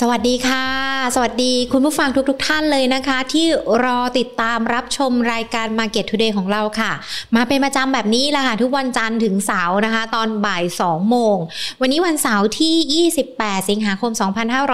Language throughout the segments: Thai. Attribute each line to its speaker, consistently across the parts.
Speaker 1: สวัสดีค่ะ สวัสดีคุณผู้ฟังทุกๆทท่านเลยนะคะ ที่รอติดตามรับชมรายการ Market Today ของเราค่ะ มาเป็นประจำแบบนี้แหละค่ะ ทุกวันจันทร์ถึงเสาร์นะคะ ตอนบ่าย 2 โมง วันนี้วันเสาร์ที่ 28 สิงหาคม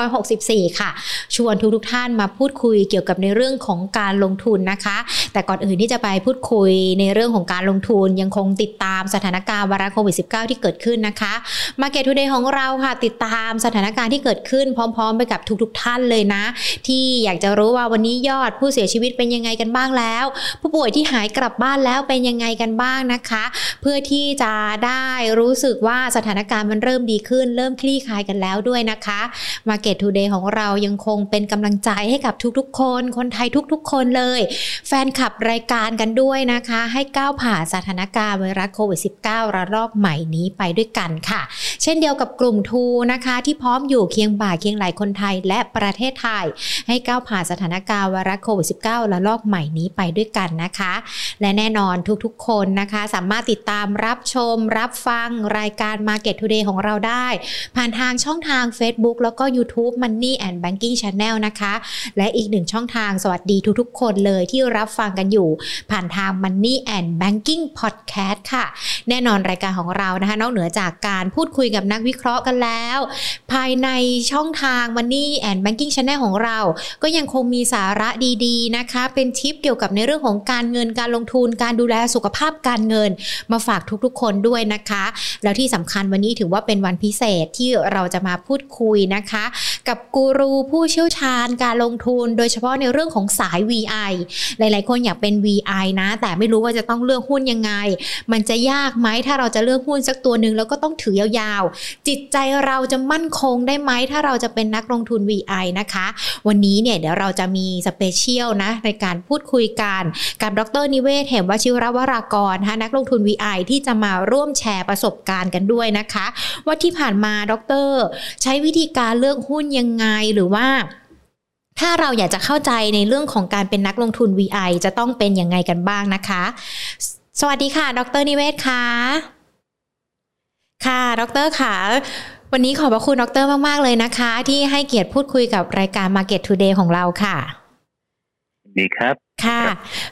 Speaker 1: 2564 ค่ะ ชวนทุกๆทท่านมาพูดคุยเกี่ยวกับในเรื่องของการลงทุนนะคะ แต่ก่อนอื่นที่จะไปพูดคุยในเรื่องของการลงทุนยังคงติดตามสถานการณ์วาระโควิด -19 ที่เกิดขึ้นนะคะ Market Today ของเราค่ะ ติดตามสถานการณ์ที่เกิดขึ้นพร้อม ๆ ไปกับทุกๆทท่านเลยนะ ที่อยากจะรู้ว่าวันนี้ยอดผู้เสียชีวิตเป็นยังไงกันบ้างแล้ว ผู้ป่วยที่หายกลับบ้านแล้วเป็นยังไงกันบ้างนะคะ เพื่อที่จะได้รู้สึกว่าสถานการณ์มันเริ่มดีขึ้น เริ่มคลี่คลายกันแล้วด้วยนะคะ Market Today ของเรายังคงเป็นกำลังใจให้กับทุกๆ คน คนไทยทุกๆ คนเลย แฟนคลับรายการกันด้วยนะคะ ให้ก้าวผ่านสถานการณ์ไวรัสโควิด -19 ระลอกใหม่นี้ไปด้วยกันค่ะ เช่นเดียวกับกลุ่มทูนะคะ ที่พร้อมอยู่เคียงบ่าเคียงไหลคนไทยและประเทศไทย ให้ก้าวผ่านสถานการณ์ไวรัสโควิด -19 ระลอกใหม่นี้ไปด้วยกันนะคะ และแน่นอนทุกๆ คนนะคะ สามารถติดตามรับชม รับฟังรายการ Market Today ของเราได้ ผ่านทางช่องทาง Facebook แล้วก็ YouTube Money and Banking Channel นะคะ และอีกหนึ่งช่องทางสวัสดีทุกๆ คนเลยที่รับฟังกันอยู่ ผ่านทาง Money and Banking Podcast ค่ะ แน่นอนรายการของเรานะคะ นอกเหนือจากการพูดคุยกับนักวิเคราะห์กันแล้ว ภายในช่องทาง Money and Banking Channel ของเรา ก็ยังคงมีสาระดีๆนะคะ เป็นทิปเกี่ยวกับในเรื่องของการเงินการลงทุน การดูแลสุขภาพการเงิน มาฝากทุกๆ คนด้วยนะคะ แล้วที่สำคัญวันนี้ถือว่าเป็นวันพิเศษที่เราจะมาพูดคุยนะคะ กับกูรูผู้เชี่ยวชาญการลงทุน โดยเฉพาะในเรื่องของสาย VI หลายๆ คนอยากเป็น VI นะ แต่ไม่รู้ว่าจะต้องเลือกหุ้นยังไง มันจะยากไหมถ้าเราจะเลือกหุ้นสักตัวหนึ่งแล้วก็ต้องถือยาวๆ จิตใจเราจะมั่นคงได้ไหมถ้าเราจะเป็นนักลงทุน VI นะคะ วันนี้เนี่ยเดี๋ยวเราจะมีสเปเชียลนะในการพูดคุยกันกับดรนิเวศ เหมวชิรวรากรนะคะนักลงทุน VI ที่จะมาร่วมแชร์ประสบการณ์กันด้วยนะคะ ว่าที่ผ่านมาดร ใช้วิธีการเลือกหุ้นยังไงหรือว่า ถ้าเราอยากจะเข้าใจในเรื่องของการเป็นนักลงทุน VI จะต้องเป็นยังไงกันบ้างนะคะ สวัสดีค่ะ ดรนิเวศค่ะ ค่ะ ดรค่ะ วันนี้ขอบพระคุณดรมาก ๆ เลยนะคะ ที่ให้เกียรติพูดคุยกับรายการ Market Today ของเราค่ะ
Speaker 2: ดีครับ
Speaker 1: ค่ะ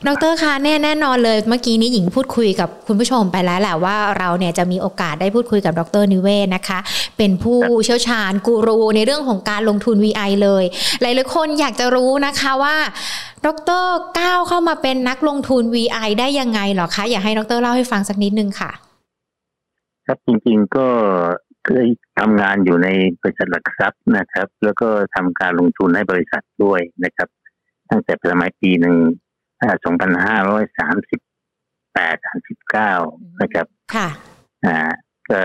Speaker 1: ดรคะแน่แน่นอนเลย เมื่อกี้นี้หญิงพูดคุยกับคุณผู้ชมไปแล้วแหละว่าเราเนี่ยจะมีโอกาสได้พูดคุยกับดรนิเวศนะคะ เป็นผู้เชี่ยวชาญกูรูในเรื่องของการลงทุน VI เลย หลายๆคนอยากจะรู้นะคะว่าดรก้าวเข้ามาเป็นนักลงทุน VI ได้ยังไงเหรอคะ อยากให้ดรเล่าให้ฟังสักนิดนึงค่ะ
Speaker 2: ครับจริงๆก็เคยทำงานอยู่ในบริษัทหลักทรัพย์นะครับ แล้วก็ทำการลงทุนให้บริษัทด้วยนะครับ ตั้งแต่สมัยปีหนึ่งสองพันห้าร้อยสามสิบแปดสามสิบเก้านะครับ
Speaker 1: ค่ะ
Speaker 2: อ่าก็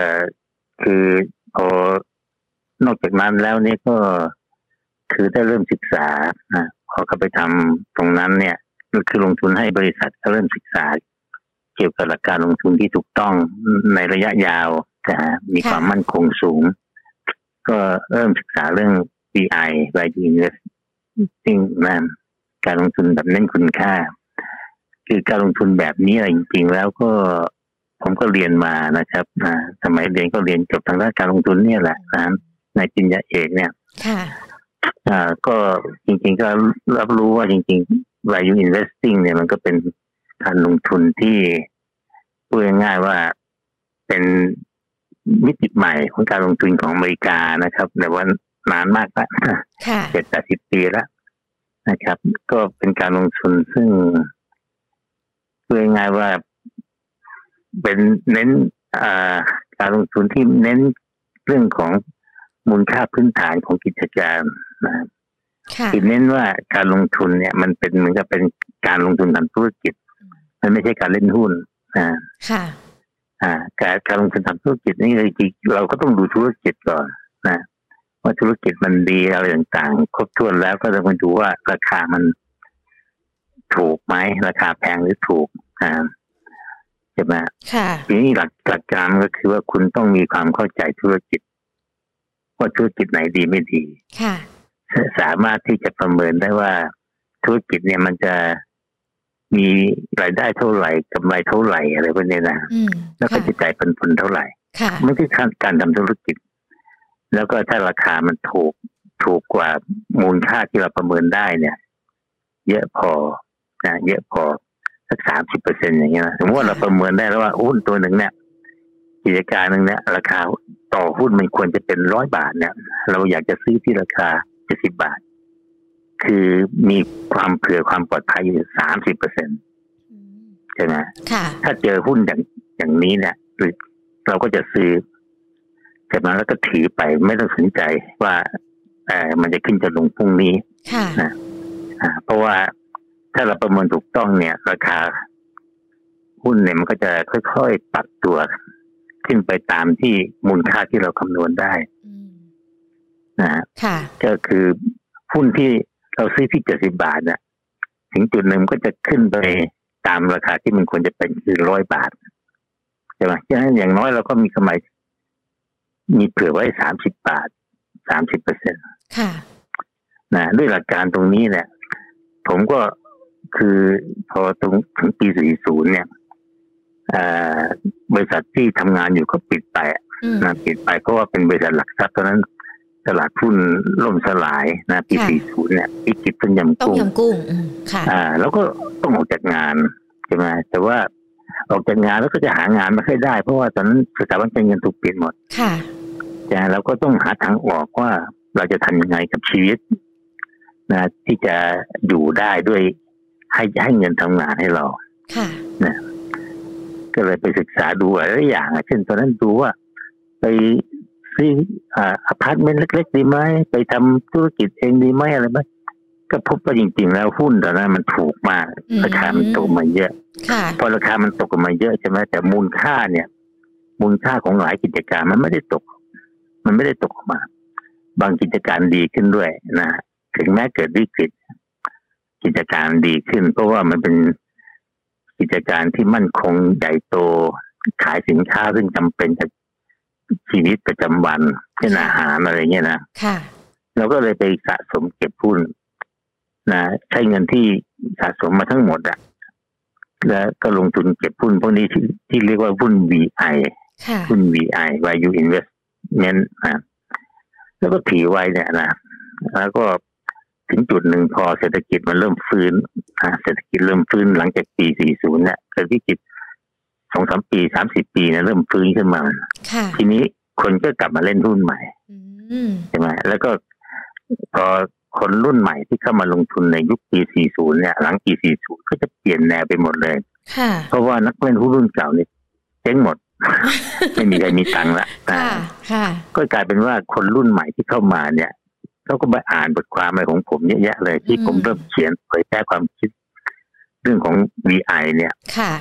Speaker 2: คือพอนอกจากนั้นแล้วเนี่ยก็คือได้เริ่มศึกษานะพอเขาไปทำตรงนั้นเนี่ยก็คือลงทุนให้บริษัทก็เริ่มศึกษา เกี่ยวกับหลักการลงทุนที่ถูกต้องในระยะยาวนะฮะมี
Speaker 1: ค่ะ
Speaker 2: ความมั่นคงสูง ก็เริ่มศึกษาเรื่อง BI Value Investing นะการลงทุนแบบเน้นคุณค่า คือการลงทุนแบบนี้อะไรจริงๆแล้วก็ผมก็เรียนมานะครับนะสมัยเรียนก็เรียนจบทางด้านการลงทุนเนี่ยแหละนะในปริญญาเอกเนี่ย
Speaker 1: ค่ะ
Speaker 2: อ่าก็จริงๆก็รับรู้ว่าจริงๆ value investing เนี่ยมันก็เป็นการลงทุนที่พูดง่ายๆว่าเป็นมิติใหม่ของการลงทุนของอเมริกานะครับ แต่ว่านานมากแล้ว
Speaker 1: ค่ะ
Speaker 2: เจ็ดแปดสิบปีแล้วนะครับ ก็เป็นการลงทุนซึ่งพูดง่ายๆว่าเป็นเน้นอ่าการลงทุนที่เน้นเรื่องของมูลค่าพื้นฐานของกิจการนะครับ
Speaker 1: ค่ะ
Speaker 2: คือเน้นว่าการลงทุนเนี่ยมันเป็นเหมือนกับเป็นการลงทุนทางธุรกิจ มันไม่ใช่การเล่นหุ้นอ่า
Speaker 1: ค่ะ
Speaker 2: อ่าการการลงทุนทางธุรกิจนี่เลยจริงเราก็ต้องดูธุรกิจก่อนนะว่าธุรกิจมันดีอะไรต่างๆ ครบถ้วนแล้วก็จะมาดูว่าราคามันถูกไหมราคาแพงหรือถูกอ่าใช่ไหม
Speaker 1: ค่ะ
Speaker 2: ทีนี้หลักหลักการก็คือว่าคุณต้องมีความเข้าใจธุรกิจ ว่าธุรกิจไหนดีไม่ดี
Speaker 1: ค่ะ
Speaker 2: สามารถที่จะประเมินได้ว่าธุรกิจเนี่ยมันจะมีรายได้เท่าไหร่กำไรเท่าไหร่อะไรพวกเนี้ยนะ
Speaker 1: อืม
Speaker 2: แล้วก็
Speaker 1: ค่ะ
Speaker 2: จะจ่ายปันผลเท่าไหร่
Speaker 1: ค่ะ
Speaker 2: มันคือการการทำธุรกิจ แล้วก็ถ้าราคามันถูก ถูกกว่ามูลค่าที่เราประเมินได้เนี่ย เยอะพอนะเยอะพอสักสามสิบเปอร์เซ็นอย่างเงี้ยนะสมมติว่าเราประเมินได้แล้วว่าหุ้นตัวหนึ่งเนี่ยกิจการหนึ่งเนี่ยราคาต่อหุ้นมันควรจะเป็นร้อยบาทเนี่ย เราอยากจะซื้อที่ราคาเจ็ดสิบบาท คือมีความเผื่อความปลอดภัยอยู่สามสิบเปอร์เซ็น
Speaker 1: อืม
Speaker 2: ใช่ไหม
Speaker 1: ค่ะ
Speaker 2: ถ้าเจอหุ้นอย่างอย่างนี้เนี่ยหรือเราก็จะซื้อเก็บมาแล้วก็ถือไปไม่ต้องสนใจว่าเออมันจะขึ้นจะลงพรุ่งนี้
Speaker 1: ค่ะ
Speaker 2: อ่าเพราะว่าถ้าเราประเมินถูกต้องเนี่ย ราคา หุ้นเนี่ยมันก็จะค่อยๆปรับตัว ขึ้นไปตามที่มูลค่าที่เราคำนวณได้
Speaker 1: อืม
Speaker 2: นะฮะ
Speaker 1: ค่ะ
Speaker 2: ก็คือหุ้นที่เราซื้อที่เจ็ดสิบาทเนี่ยถึงจุดหนึ่งมันก็จะขึ้นไปตามราคาที่มันควรจะเป็นคือร้อยบาท ใช่ไหมฉะนั้นอย่างน้อยเราก็มีกำไรมีเผื่อไว้สามสิบบาทสามสิบเปอร์เซ็นต
Speaker 1: ค่ะ
Speaker 2: นะด้วยหลักการตรงนี้เนี่ย ผมก็คือพอตรงถึงปีสี่ศูนย์เนี่ยเอ่อบริษัทที่ทำงานอยู่ก็ปิดไป
Speaker 1: อืม
Speaker 2: นะปิดไปเพราะว่าเป็นบริษัทหลักทรัพย์ตอนนั้นตลาดหุ้นล่มสลายนะปี
Speaker 1: ค่ะ
Speaker 2: สี่ศูนย์เนี่ยวิกฤตต้นยำ
Speaker 1: ต้ม
Speaker 2: กุ้ง
Speaker 1: ยำกุ้งอืมค่ะ
Speaker 2: อ่าแล้วก็ต้องออกจากงานใช่ไหมแต่ว่าออกจากงานแล้วก็จะหางานไม่ค่อยได้ เพราะว่าตอนนั้นสถาบันการเงินถูกปิดหมด
Speaker 1: ค่ะ
Speaker 2: แต่เราก็ต้องหาทางออกว่าเราจะทำยังไงกับชีวิตนะที่จะอยู่ได้ด้วยให้ให้เงินทำงานให้เรา
Speaker 1: ค่ะ
Speaker 2: ก็เลยไปศึกษาดูหลายๆอย่างอะเช่นตอนนั้นดูว่า ไปซื้ออ่าอพาร์ตเมนต์เล็ก ๆ ดีไหมไปทำธุรกิจเองดีไหมอะไรไหมก็พบว่าจริง ๆ แล้วหุ้นตอนนั้นมันถูกมาก
Speaker 1: อืม
Speaker 2: ราคามันตกมาเยอะ
Speaker 1: ค่ะ
Speaker 2: พอราคามันตกลงมาเยอะใช่ไหมแต่มูลค่าเนี่ย มูลค่าของหลายกิจการมันไม่ได้ตก มันไม่ได้ตกลงมา บางกิจการดีขึ้นด้วยนะถึงแม้เกิดวิกฤตกิจการดีขึ้น เพราะว่ามันเป็นกิจการที่มั่นคงใหญ่โต ขายสินค้าซึ่งจำเป็นกับชีวิตประจำวันเช่นอาหารอะไรเงี้ยนะ
Speaker 1: ค่ะ
Speaker 2: เราก็เลยไปสะสมเก็บหุ้นนะใช้เงินที่สะสมมาทั้งหมดอะแล้วก็ลงทุนเก็บหุ้นพวกนี้ที่ที่เรียกว่าหุ้น VI
Speaker 1: ค่ะ
Speaker 2: หุ้น VI Value Investment นะแล้วก็ถือไว้เนี่ยนะแล้วก็ถึงจุดหนึ่งพอเศรษฐกิจมันเริ่มฟื้นนะเศรษฐกิจเริ่มฟื้นหลังจากปี 40เนี่ยเศรษฐกิจสองสามปีสามสิบปีเนี่ยเริ่มฟื้นขึ้นมา
Speaker 1: ค่ะ
Speaker 2: ทีนี้คนก็กลับมาเล่นหุ้นใหม่
Speaker 1: อืม
Speaker 2: ใช่ไหมแล้วก็พอคนรุ่นใหม่ที่เข้ามาลงทุนในยุคปี 40 เนี่ย หลังปี 40 ก็จะเปลี่ยนแนวไปหมดเลย
Speaker 1: ค่ะ
Speaker 2: เพราะว่านักเล่นหุ้นรุ่นเก่าเนี่ยเจ๊งหมด ไม่มีใครมีตังค์ละ
Speaker 1: ค่ะ ค่ะ
Speaker 2: ก็กลายเป็นว่าคนรุ่นใหม่ที่เข้ามาเนี่ยเขาก็มาอ่านบทความอะไรของผมเยอะแยะเลย ที่ผม
Speaker 1: อืม
Speaker 2: เริ่มเขียนเผยแพร่ความคิด เรื่องของ VI เนี่ย
Speaker 1: ค่ะ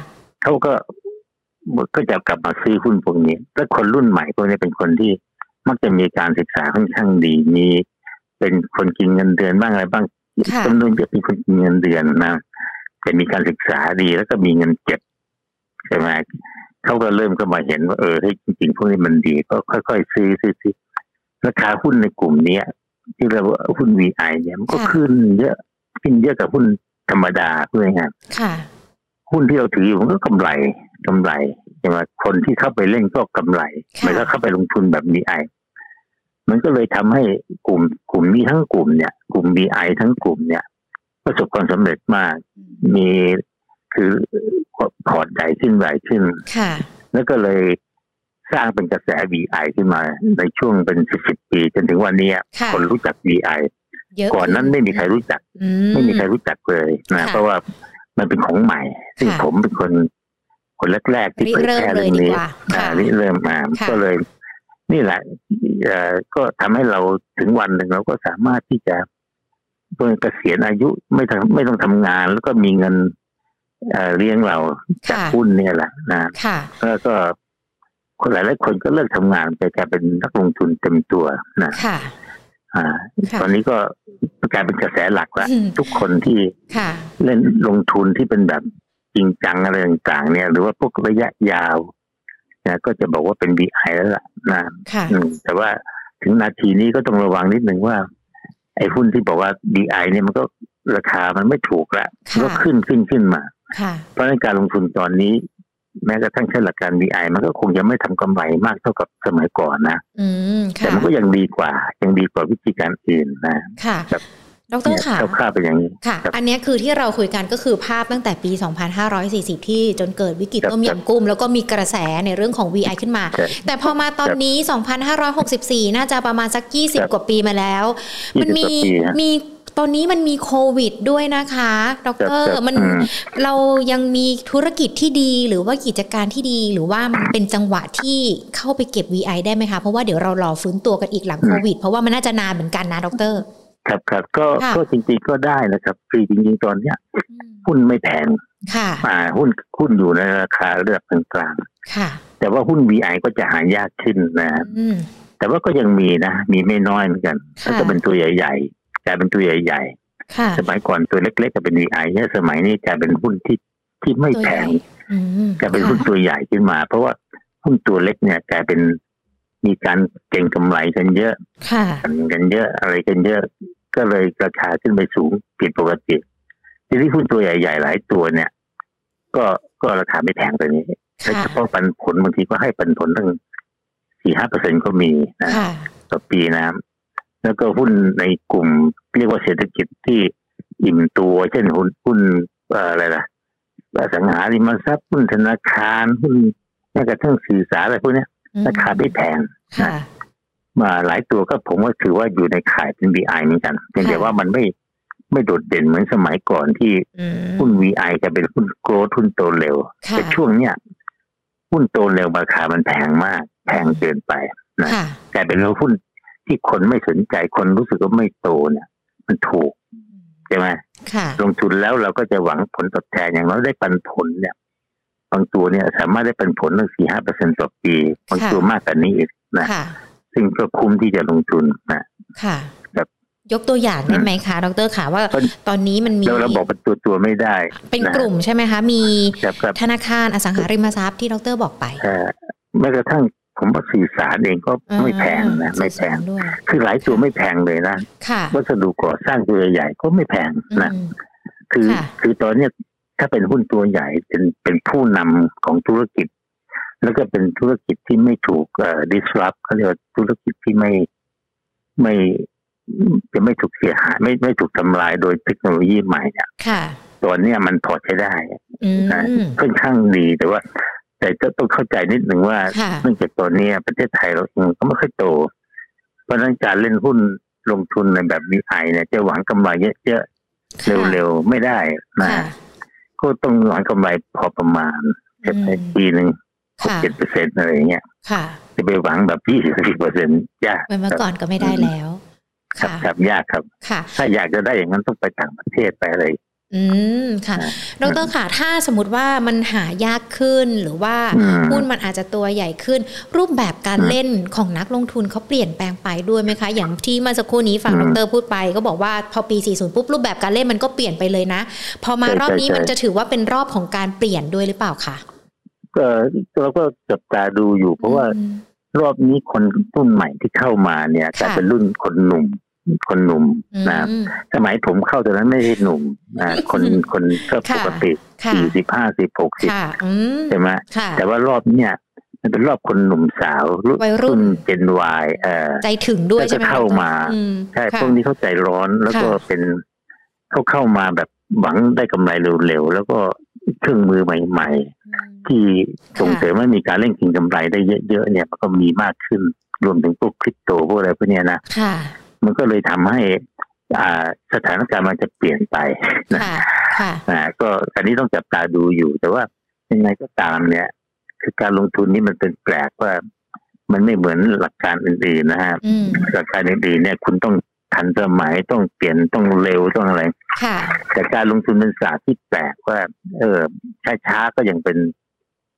Speaker 2: เขาก็ก็จะกลับมาซื้อหุ้นพวกนี้แล้วคนรุ่นใหม่พวกนี้เป็นคนที่มักจะมีการศึกษาค่อนข้างดีมี เป็นคนกินเงินเดือนบ้างอะไรบ้าง
Speaker 1: ค่ะ
Speaker 2: จำนวนเยอะเป็นคนกินเงินเดือนนะแต่มีการศึกษาดีแล้วก็มีเงินเก็บใช่ไหมเขาก็เริ่มก็มาเห็นว่าเออเฮ้ยจริงๆพวกนี้มันดี ก็ค่อยๆซื้อซื้อซื้อราคาหุ้นในกลุ่มเนี้ย ที่เราว่าหุ้น VI เนี่ยมันก็
Speaker 1: ค่ะ
Speaker 2: ขึ้นเยอะขึ้นเยอะกับหุ้นธรรมดาเพื่อไง
Speaker 1: ค่ะ
Speaker 2: หุ้นที่เราถืออยู่มันก็กำไรกำไรใช่ไหมคนที่เข้าไปเล่นก็กำไร
Speaker 1: ค่ะ
Speaker 2: หมันก็เข้าไปลงทุนแบบ BI มันก็เลยทำให้กลุ่มกลุ่มนี้ทั้งกลุ่มเนี่ย กลุ่ม BI ทั้งกลุ่มเนี่ย ประสบความสำเร็จมาก มีคือพอร์ตใหญ่ขึ้นใหญ่ขึ้น
Speaker 1: ค่ะ
Speaker 2: แล้วก็เลยสร้างเป็นกระแส BI ขึ้นมา ในช่วงเป็นสิบสิบปี จนถึงวันนี้
Speaker 1: ค่ะ
Speaker 2: คนรู้จัก BI
Speaker 1: เยอะ
Speaker 2: ก่อนนั้นไม่มีใครรู้จัก
Speaker 1: อื
Speaker 2: ไม่มีใครรู้จักเลยนะ
Speaker 1: ค่ะ
Speaker 2: เพราะว่ามันเป็นของใหม่ ซึ่ง
Speaker 1: ค่ะ
Speaker 2: ผมเป็นคนคนแรกๆที่
Speaker 1: ริ
Speaker 2: เผย
Speaker 1: เริ่ม
Speaker 2: แพร่
Speaker 1: เลยดี
Speaker 2: เรื่องนี้
Speaker 1: กว่า
Speaker 2: อ่า
Speaker 1: ค่ะ
Speaker 2: ริเริ่มมา
Speaker 1: ค่ะ
Speaker 2: ก็เลย นี่แหละเอ่อก็ทำให้เราถึงวันหนึ่งเราก็สามารถที่จะเพื่อเกษียณอายุไม่ทำไม่ต้องทำงาน แล้วก็มีเงินเอ่อเลี้ยงเราจาก
Speaker 1: ค่ะ
Speaker 2: หุ้นเนี่ยแหละนะ
Speaker 1: ค่ะ
Speaker 2: แล้วก็คนหลายๆคนก็เลิกทำงานไปกลายเป็นนักลงทุนเต็มตัวนะ
Speaker 1: ค่ะ
Speaker 2: อ่า
Speaker 1: ค่ะ
Speaker 2: ตอนนี้ก็กลายเป็นกระแสหลักละ
Speaker 1: อืม
Speaker 2: ทุกคนที่
Speaker 1: ค่ะ
Speaker 2: เล่นลงทุนที่เป็นแบบจริงจังอะไรต่างๆ เนี่ย หรือว่าพวกระยะยาวนะก็จะบอกว่าเป็น BI แล้วล่ะนะ
Speaker 1: ค่ะ
Speaker 2: อืมแต่ว่าถึงนาทีนี้ก็ต้องระวังนิดหนึ่งว่า ไอ้หุ้นที่บอกว่า BI เนี่ยมันก็ราคามันไม่ถูกละ
Speaker 1: ค่ะ
Speaker 2: ก็ขึ้นขึ้นขึ้นมา
Speaker 1: ค่ะ
Speaker 2: เพราะฉะนั้นการลงทุนตอนนี้ แม้กระทั่งใช้หลักการ VI มันก็คงจะไม่ทำกำไรมากเท่ากับสมัยก่อนนะ
Speaker 1: อืม
Speaker 2: แต่
Speaker 1: ค่ะ
Speaker 2: มันก็ยังดีกว่ายังดีกว่าวิธีการอื่นนะ
Speaker 1: ค่ะ
Speaker 2: แบบ
Speaker 1: ดร
Speaker 2: เนี่ย
Speaker 1: ค่ะ
Speaker 2: คร่าวๆเป็นอย่างนี้
Speaker 1: ค่ะ
Speaker 2: ครับ
Speaker 1: อันเนี้ยคือที่เราคุยกันก็คือภาพตั้งแต่ปี 2540 ที่จนเกิดวิกฤต
Speaker 2: ครับ
Speaker 1: ต้มยำกุ้งแล้วก็มีกระแสในเรื่องของ VI ขึ้นมา
Speaker 2: ใช่
Speaker 1: แต่พอมาตอนนี้ 2564 น่าจะประมาณสัก
Speaker 2: ครับ
Speaker 1: 20 กว่าปีมาแล้ว
Speaker 2: ยี่
Speaker 1: มัน
Speaker 2: สิบ
Speaker 1: มี
Speaker 2: กว่าปีฮะ
Speaker 1: มีตอนนี้มันมีโควิดด้วยนะคะ ด
Speaker 2: ครับ
Speaker 1: ร
Speaker 2: ครับ
Speaker 1: มัน
Speaker 2: อืม
Speaker 1: เรายังมีธุรกิจที่ดีหรือว่ากิจการที่ดี หรือว่ามันเป็นจังหวะที่เข้าไปเก็บ VI ได้ไหมคะ เพราะว่าเดี๋ยวเรารอฟื้นตัวกันอีกหลัง
Speaker 2: อืม
Speaker 1: โควิด เพราะว่ามันน่าจะนานเหมือนกันนะ ดร
Speaker 2: ครับครับก็
Speaker 1: ค่ะ
Speaker 2: ก็จริงๆก็ได้นะครับคือจริงๆตอนเนี้ย
Speaker 1: อืม
Speaker 2: หุ้นไม่แพง
Speaker 1: ค่ะ
Speaker 2: อ่าหุ้นหุ้นอยู่ในราคาระดับกลาง
Speaker 1: ค่ะ
Speaker 2: ๆแต่ว่าหุ้น VI ก็จะหายากขึ้นนะ
Speaker 1: อืม
Speaker 2: แต่ว่าก็ยังมีนะมีไม่น้อยเหมือนกัน
Speaker 1: ค่ะ
Speaker 2: ก็เป็นตัวใหญ่ๆกลายเป็นตัวใหญ่
Speaker 1: ค่ะ
Speaker 2: ๆสมัยก่อนตัวเล็กๆก็เป็น VI เนี่ยสมัยนี้กลายเป็นหุ้นที่ที่ไม่แพง
Speaker 1: อืม
Speaker 2: กลายเป็นหุ้น
Speaker 1: ค่ะ
Speaker 2: ตัวใหญ่ขึ้นมา เพราะว่าหุ้นตัวเล็กเนี่ยกลายเป็นมีการเก็งกำไรกันเยอะ
Speaker 1: ค่ะ
Speaker 2: กันกันเยอะอะไรกันเยอะก็เลยราคาขึ้นไปสูงผิดปกติ ทีนี้หุ้นตัวใหญ่ๆหลายตัวเนี่ย ก็ก็ราคาไม่แพงตัวนี้โดย
Speaker 1: ค่ะ
Speaker 2: เฉพาะปันผลบางทีก็ให้ปันผลตั้งสี่ห้าเปอร์เซ็นก็มีนะ
Speaker 1: ค่ะ
Speaker 2: ต่อปีนะแล้วก็หุ้นในกลุ่มเรียกว่าเศรษฐกิจที่อิ่มตัว เช่นหุ้นหุ้นเอ่ออะไรล่ะอสังหาริมทรัพย์หุ้นธนาคารหุ้นแม้กระทั่งสื่อสารอะไรพวกเนี้ยราคาไม่แพง
Speaker 1: ค่ะ
Speaker 2: มาหลายตัวก็ผมว่าถือว่าอยู่ในข่ายเป็น VI เหมือนกันเพียงแต่
Speaker 1: ค่ะ
Speaker 2: ว่ามันไม่ไม่โดดเด่นเหมือนสมัยก่อนที่
Speaker 1: อืม
Speaker 2: หุ้น VI จะเป็นหุ้นโกรธหุ้นโตเร็ว
Speaker 1: ค่ะ
Speaker 2: แต่ช่วงเนี้ยหุ้นโตเร็วราคามันแพงมาก แพงเกินไปนะ
Speaker 1: ค่ะ
Speaker 2: กลายเป็นว่าหุ้นที่คนไม่สนใจคนรู้สึกว่าไม่โตเนี่ย มันถูกใช่ไหม
Speaker 1: ค่ะ
Speaker 2: ลงทุนแล้วเราก็จะหวังผลตอบแทนอย่างน้อยได้ปันผลเนี่ย บางตัวเนี่ย สามารถได้ปันผลตั้งสี่ห้าเปอร์เซ็นต่อปีบาง
Speaker 1: ค่ะ
Speaker 2: ตัวมากกว่านี้อีกนะ
Speaker 1: ค่ะ
Speaker 2: ซึ่งก็คุ้มที่จะลงทุนนะ
Speaker 1: ค่ะ
Speaker 2: ครับ
Speaker 1: ยกตัวอย่างได้ไหมคะดรค่ะว่า
Speaker 2: เป็น
Speaker 1: ตอนนี้มันมี
Speaker 2: แล้วเราบอกเป็นตัวตัวๆไม่ได้
Speaker 1: เป็น
Speaker 2: นะ
Speaker 1: กลุ่มใช่ไหมคะ มี
Speaker 2: ครับครับ
Speaker 1: ธนาคารอสังหาริมทรัพย์ที่ดรบอกไป
Speaker 2: เอ่อแม้กระทั่งผมว่าสื่อสารเองก็ไม่แพงนะ ไม่แพง
Speaker 1: สื่อสารด้วย
Speaker 2: คือหลายตัวไม่แพงเลยนะ
Speaker 1: ค่ะ
Speaker 2: วัสดุก่อสร้างตัวใหญ่ก็ไม่แพงนะ
Speaker 1: อืม
Speaker 2: คือ
Speaker 1: ค่ะ
Speaker 2: คือตอนเนี้ยถ้าเป็นหุ้นตัวใหญ่เป็นเป็นผู้นำของธุรกิจ แล้วก็เป็นธุรกิจที่ไม่ถูกเอ่อ disrupt เขาเรียกว่าธุรกิจที่ไม่ไม่จะไม่ถูกเสียหาย ไม่ไม่ถูกทำลายโดยเทคโนโลยีใหม่เนี่ย
Speaker 1: ค่ะ
Speaker 2: ตอนเนี้ยมันพอใช้ได้
Speaker 1: อืม
Speaker 2: ค่อนข้างดีแต่ว่า แต่ก็ต้องเข้าใจนิดหนึ่งว่า
Speaker 1: ค่ะ
Speaker 2: เนื่องจากตอนนี้ประเทศไทยเราเองก็ไม่ค่อยโต เพราะฉะนั้นการเล่นหุ้นลงทุนในแบบมีไอเนี่ยจะหวังกำไรเยอะๆ
Speaker 1: ค่ะ
Speaker 2: เร็วๆไม่ได้นะ
Speaker 1: ค่ะ
Speaker 2: ก็ต้องหวังกำไรพอประมาณ
Speaker 1: อืม
Speaker 2: ในปีหนึ่งหก
Speaker 1: ค่ะ
Speaker 2: เจ็ดเปอร์เซ็นต์อะไรเงี้ย
Speaker 1: ค่ะ
Speaker 2: จะไปหวังแบบยี่สิบสิบเปอร์เซ็นต์ยาก
Speaker 1: เหมือนเมื่อก่อนก็ไม่ได้แล้ว
Speaker 2: ครับ
Speaker 1: ค่ะ
Speaker 2: ครับยากครับ
Speaker 1: ค่ะ
Speaker 2: ถ้าอยากจะได้อย่างนั้นต้องไปต่างประเทศไปอะไร
Speaker 1: อืม ค่ะ
Speaker 2: อ่า
Speaker 1: ดรค่ะ ถ้าสมมติว่ามันหายากขึ้นหรือว่า
Speaker 2: อืม
Speaker 1: หุ้นมันอาจจะตัวใหญ่ขึ้น รูปแบบการ
Speaker 2: อืม
Speaker 1: เล่นของนักลงทุนเขาเปลี่ยนแปลงไปด้วยไหมคะ อย่างที่เมื่อสักครู่นี้ฟัง
Speaker 2: อืม
Speaker 1: ดรพูดไป ก็บอกว่าพอปี 40 ปุ๊บรูปแบบการเล่นมันก็เปลี่ยนไปเลยนะ พอมา
Speaker 2: ใช่
Speaker 1: รอบนี้
Speaker 2: ใช่
Speaker 1: มันจะถือว่าเป็นรอบของการเปลี่ยนด้วยหรือเปล่าคะ
Speaker 2: ก็เราก็จับตาดูอยู่เพราะว่า
Speaker 1: อืม
Speaker 2: รอบนี้คนรุ่นใหม่ที่เข้ามาเนี่ย
Speaker 1: ค่ะ
Speaker 2: กลายเป็นรุ่นคนหนุ่ม คนหนุ่มนะ
Speaker 1: อืม
Speaker 2: สมัยผมเข้าตอนนั้นไม่ใช่หนุ่มนะคน
Speaker 1: อืม
Speaker 2: คนก็
Speaker 1: ค่ะ
Speaker 2: ปกติ
Speaker 1: ค่ะ
Speaker 2: สี่สิบห้าสิบหกสิบ
Speaker 1: ค่ะ อืม
Speaker 2: ใช่ไหม
Speaker 1: ค่ะ
Speaker 2: แต่ว่ารอบเนี่ยมันเป็นรอบคนหนุ่มสาว
Speaker 1: วัยรุ่น
Speaker 2: เจนวายเออ
Speaker 1: ใจถึงด้วย
Speaker 2: แล้วก็
Speaker 1: ใช่ไหมคะ
Speaker 2: เข้ามา
Speaker 1: อืม
Speaker 2: ใช่
Speaker 1: ค่ะ
Speaker 2: พวกนี้เข้าใจร้อนแล้วก็
Speaker 1: ค่ะ
Speaker 2: เป็นเขาเข้ามาแบบหวังได้กำไรเร็วๆ แล้วก็เครื่องมือใหม่
Speaker 1: อืม
Speaker 2: ๆ ที่ส่ง
Speaker 1: ค่ะ
Speaker 2: เสริมให้มีการเล่นกินกำไรได้เยอะๆเนี่ยมันก็มีมากขึ้นรวมถึงพวกคริปโตพวกอะไรพวกเนี้ยนะ
Speaker 1: ค่ะ
Speaker 2: มันก็เลยทำให้อ่าสถานการณ์มันจะเปลี่ยนไปนะ
Speaker 1: ค่ะ ค่ะ
Speaker 2: อ่าก็อันนี้ต้องจับตาดูอยู่ แต่ว่ายังไงก็ตามเนี่ย คือการลงทุนนี่มันเป็นแปลกว่า มันไม่เหมือนหลักการอื่นๆนะฮะ
Speaker 1: อืม
Speaker 2: หลักการอื่นๆเนี่ย คุณต้องทันสมัยต้องเปลี่ยนต้องเร็วต้องอะไร
Speaker 1: ค่ะ
Speaker 2: แต่การลงทุนเป็นศาสตร์ที่แปลกว่า เออช้าๆก็ยังเป็น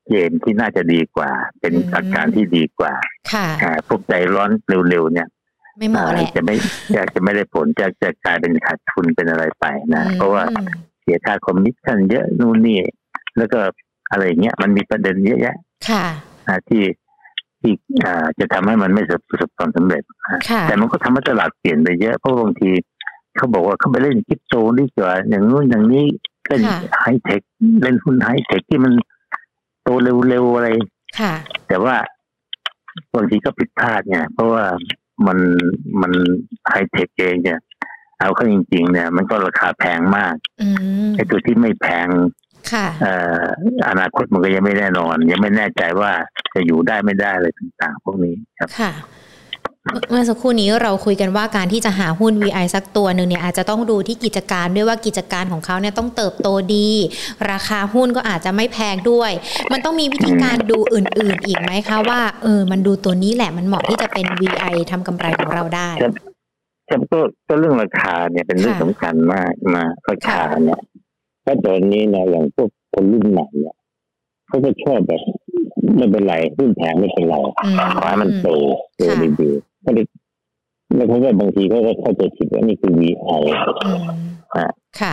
Speaker 2: เกมที่น่าจะดีกว่า เป็น
Speaker 1: อืม
Speaker 2: หลักการที่ดีกว่า
Speaker 1: ค่ะ
Speaker 2: อ่าพวกใจร้อนเร็วๆเนี่ย
Speaker 1: ไม่เหมาะแหละ
Speaker 2: จะไม่จะจะไม่ได้ผลจะจะกลายเป็นขาดทุนเป็นอะไรไปนะ
Speaker 1: อืม
Speaker 2: เพราะว่าเสียค่าคอมมิชชั่นเยอะนู่นนี่ แล้วก็อะไรอย่างเงี้ยมันมีประเด็นเยอะแยะ
Speaker 1: ค่ะ
Speaker 2: นะที่ที่อ่าจะทำให้มันไม่ประสบความสำเร็จ
Speaker 1: ค่ะ
Speaker 2: แต่มันก็ทำให้ตลาดเปลี่ยนไปเยอะ เพราะบางที เขาบอกว่าเขาไปเล่นคริปโตดีกว่าอย่างนู้นอย่างนี้เล่น
Speaker 1: ค่ะ
Speaker 2: ไฮเทคเล่นหุ้นไฮเทคที่มัน โตเร็วๆอะไร
Speaker 1: ค่ะ
Speaker 2: แต่ว่าบางทีก็ผิดพลาดไงเพราะว่ามันมันไฮเทคเองเนี่ยเอาเข้าจริง ๆ เนี่ย มันก็ราคาแพงมาก
Speaker 1: อืม
Speaker 2: ไอ้ตัวที่ไม่แพง
Speaker 1: ค่ะ
Speaker 2: เอ่ออนาคตมันก็ยังไม่แน่นอน ยังไม่แน่ใจว่าจะอยู่ได้ไม่ได้อะไรต่างๆ พวกนี้ครับ
Speaker 1: ค่ะ เมื่อสักครู่นี้เราคุยกันว่าการที่จะหาหุ้น VI สักตัวหนึ่งเนี่ยอาจจะต้องดูที่กิจการด้วยว่ากิจการของเขาเนี่ยต้องเติบโตดี ราคาหุ้นก็อาจจะไม่แพงด้วย มันต้องมีวิธีการดูอื่น ๆ อีกไหมคะว่าเออมันดูตัวนี้แหละมันเหมาะที่จะเป็น VI ทำกำไรของเราได้
Speaker 2: ครับครับก็ก็เรื่องราคาเนี่ยเป็นเรื่อง
Speaker 1: ค่ะ
Speaker 2: สำคัญมากมากรา
Speaker 1: ค่ะ
Speaker 2: คาเนี่ยถ้าตอนนี้นะอย่างพวกคนรุ่นใหม่เนี่ยเขาก็ชอบแบบไม่เป็นไรรุ่นแพงไม่เป็นไร
Speaker 1: อืม
Speaker 2: ขอให้มันโตโต
Speaker 1: ค่ะ
Speaker 2: ดีๆก็เลยแล้วเขาก็บางทีเขาก็เข้าใจผิดว่านี่คือ VI
Speaker 1: อืมค่ะ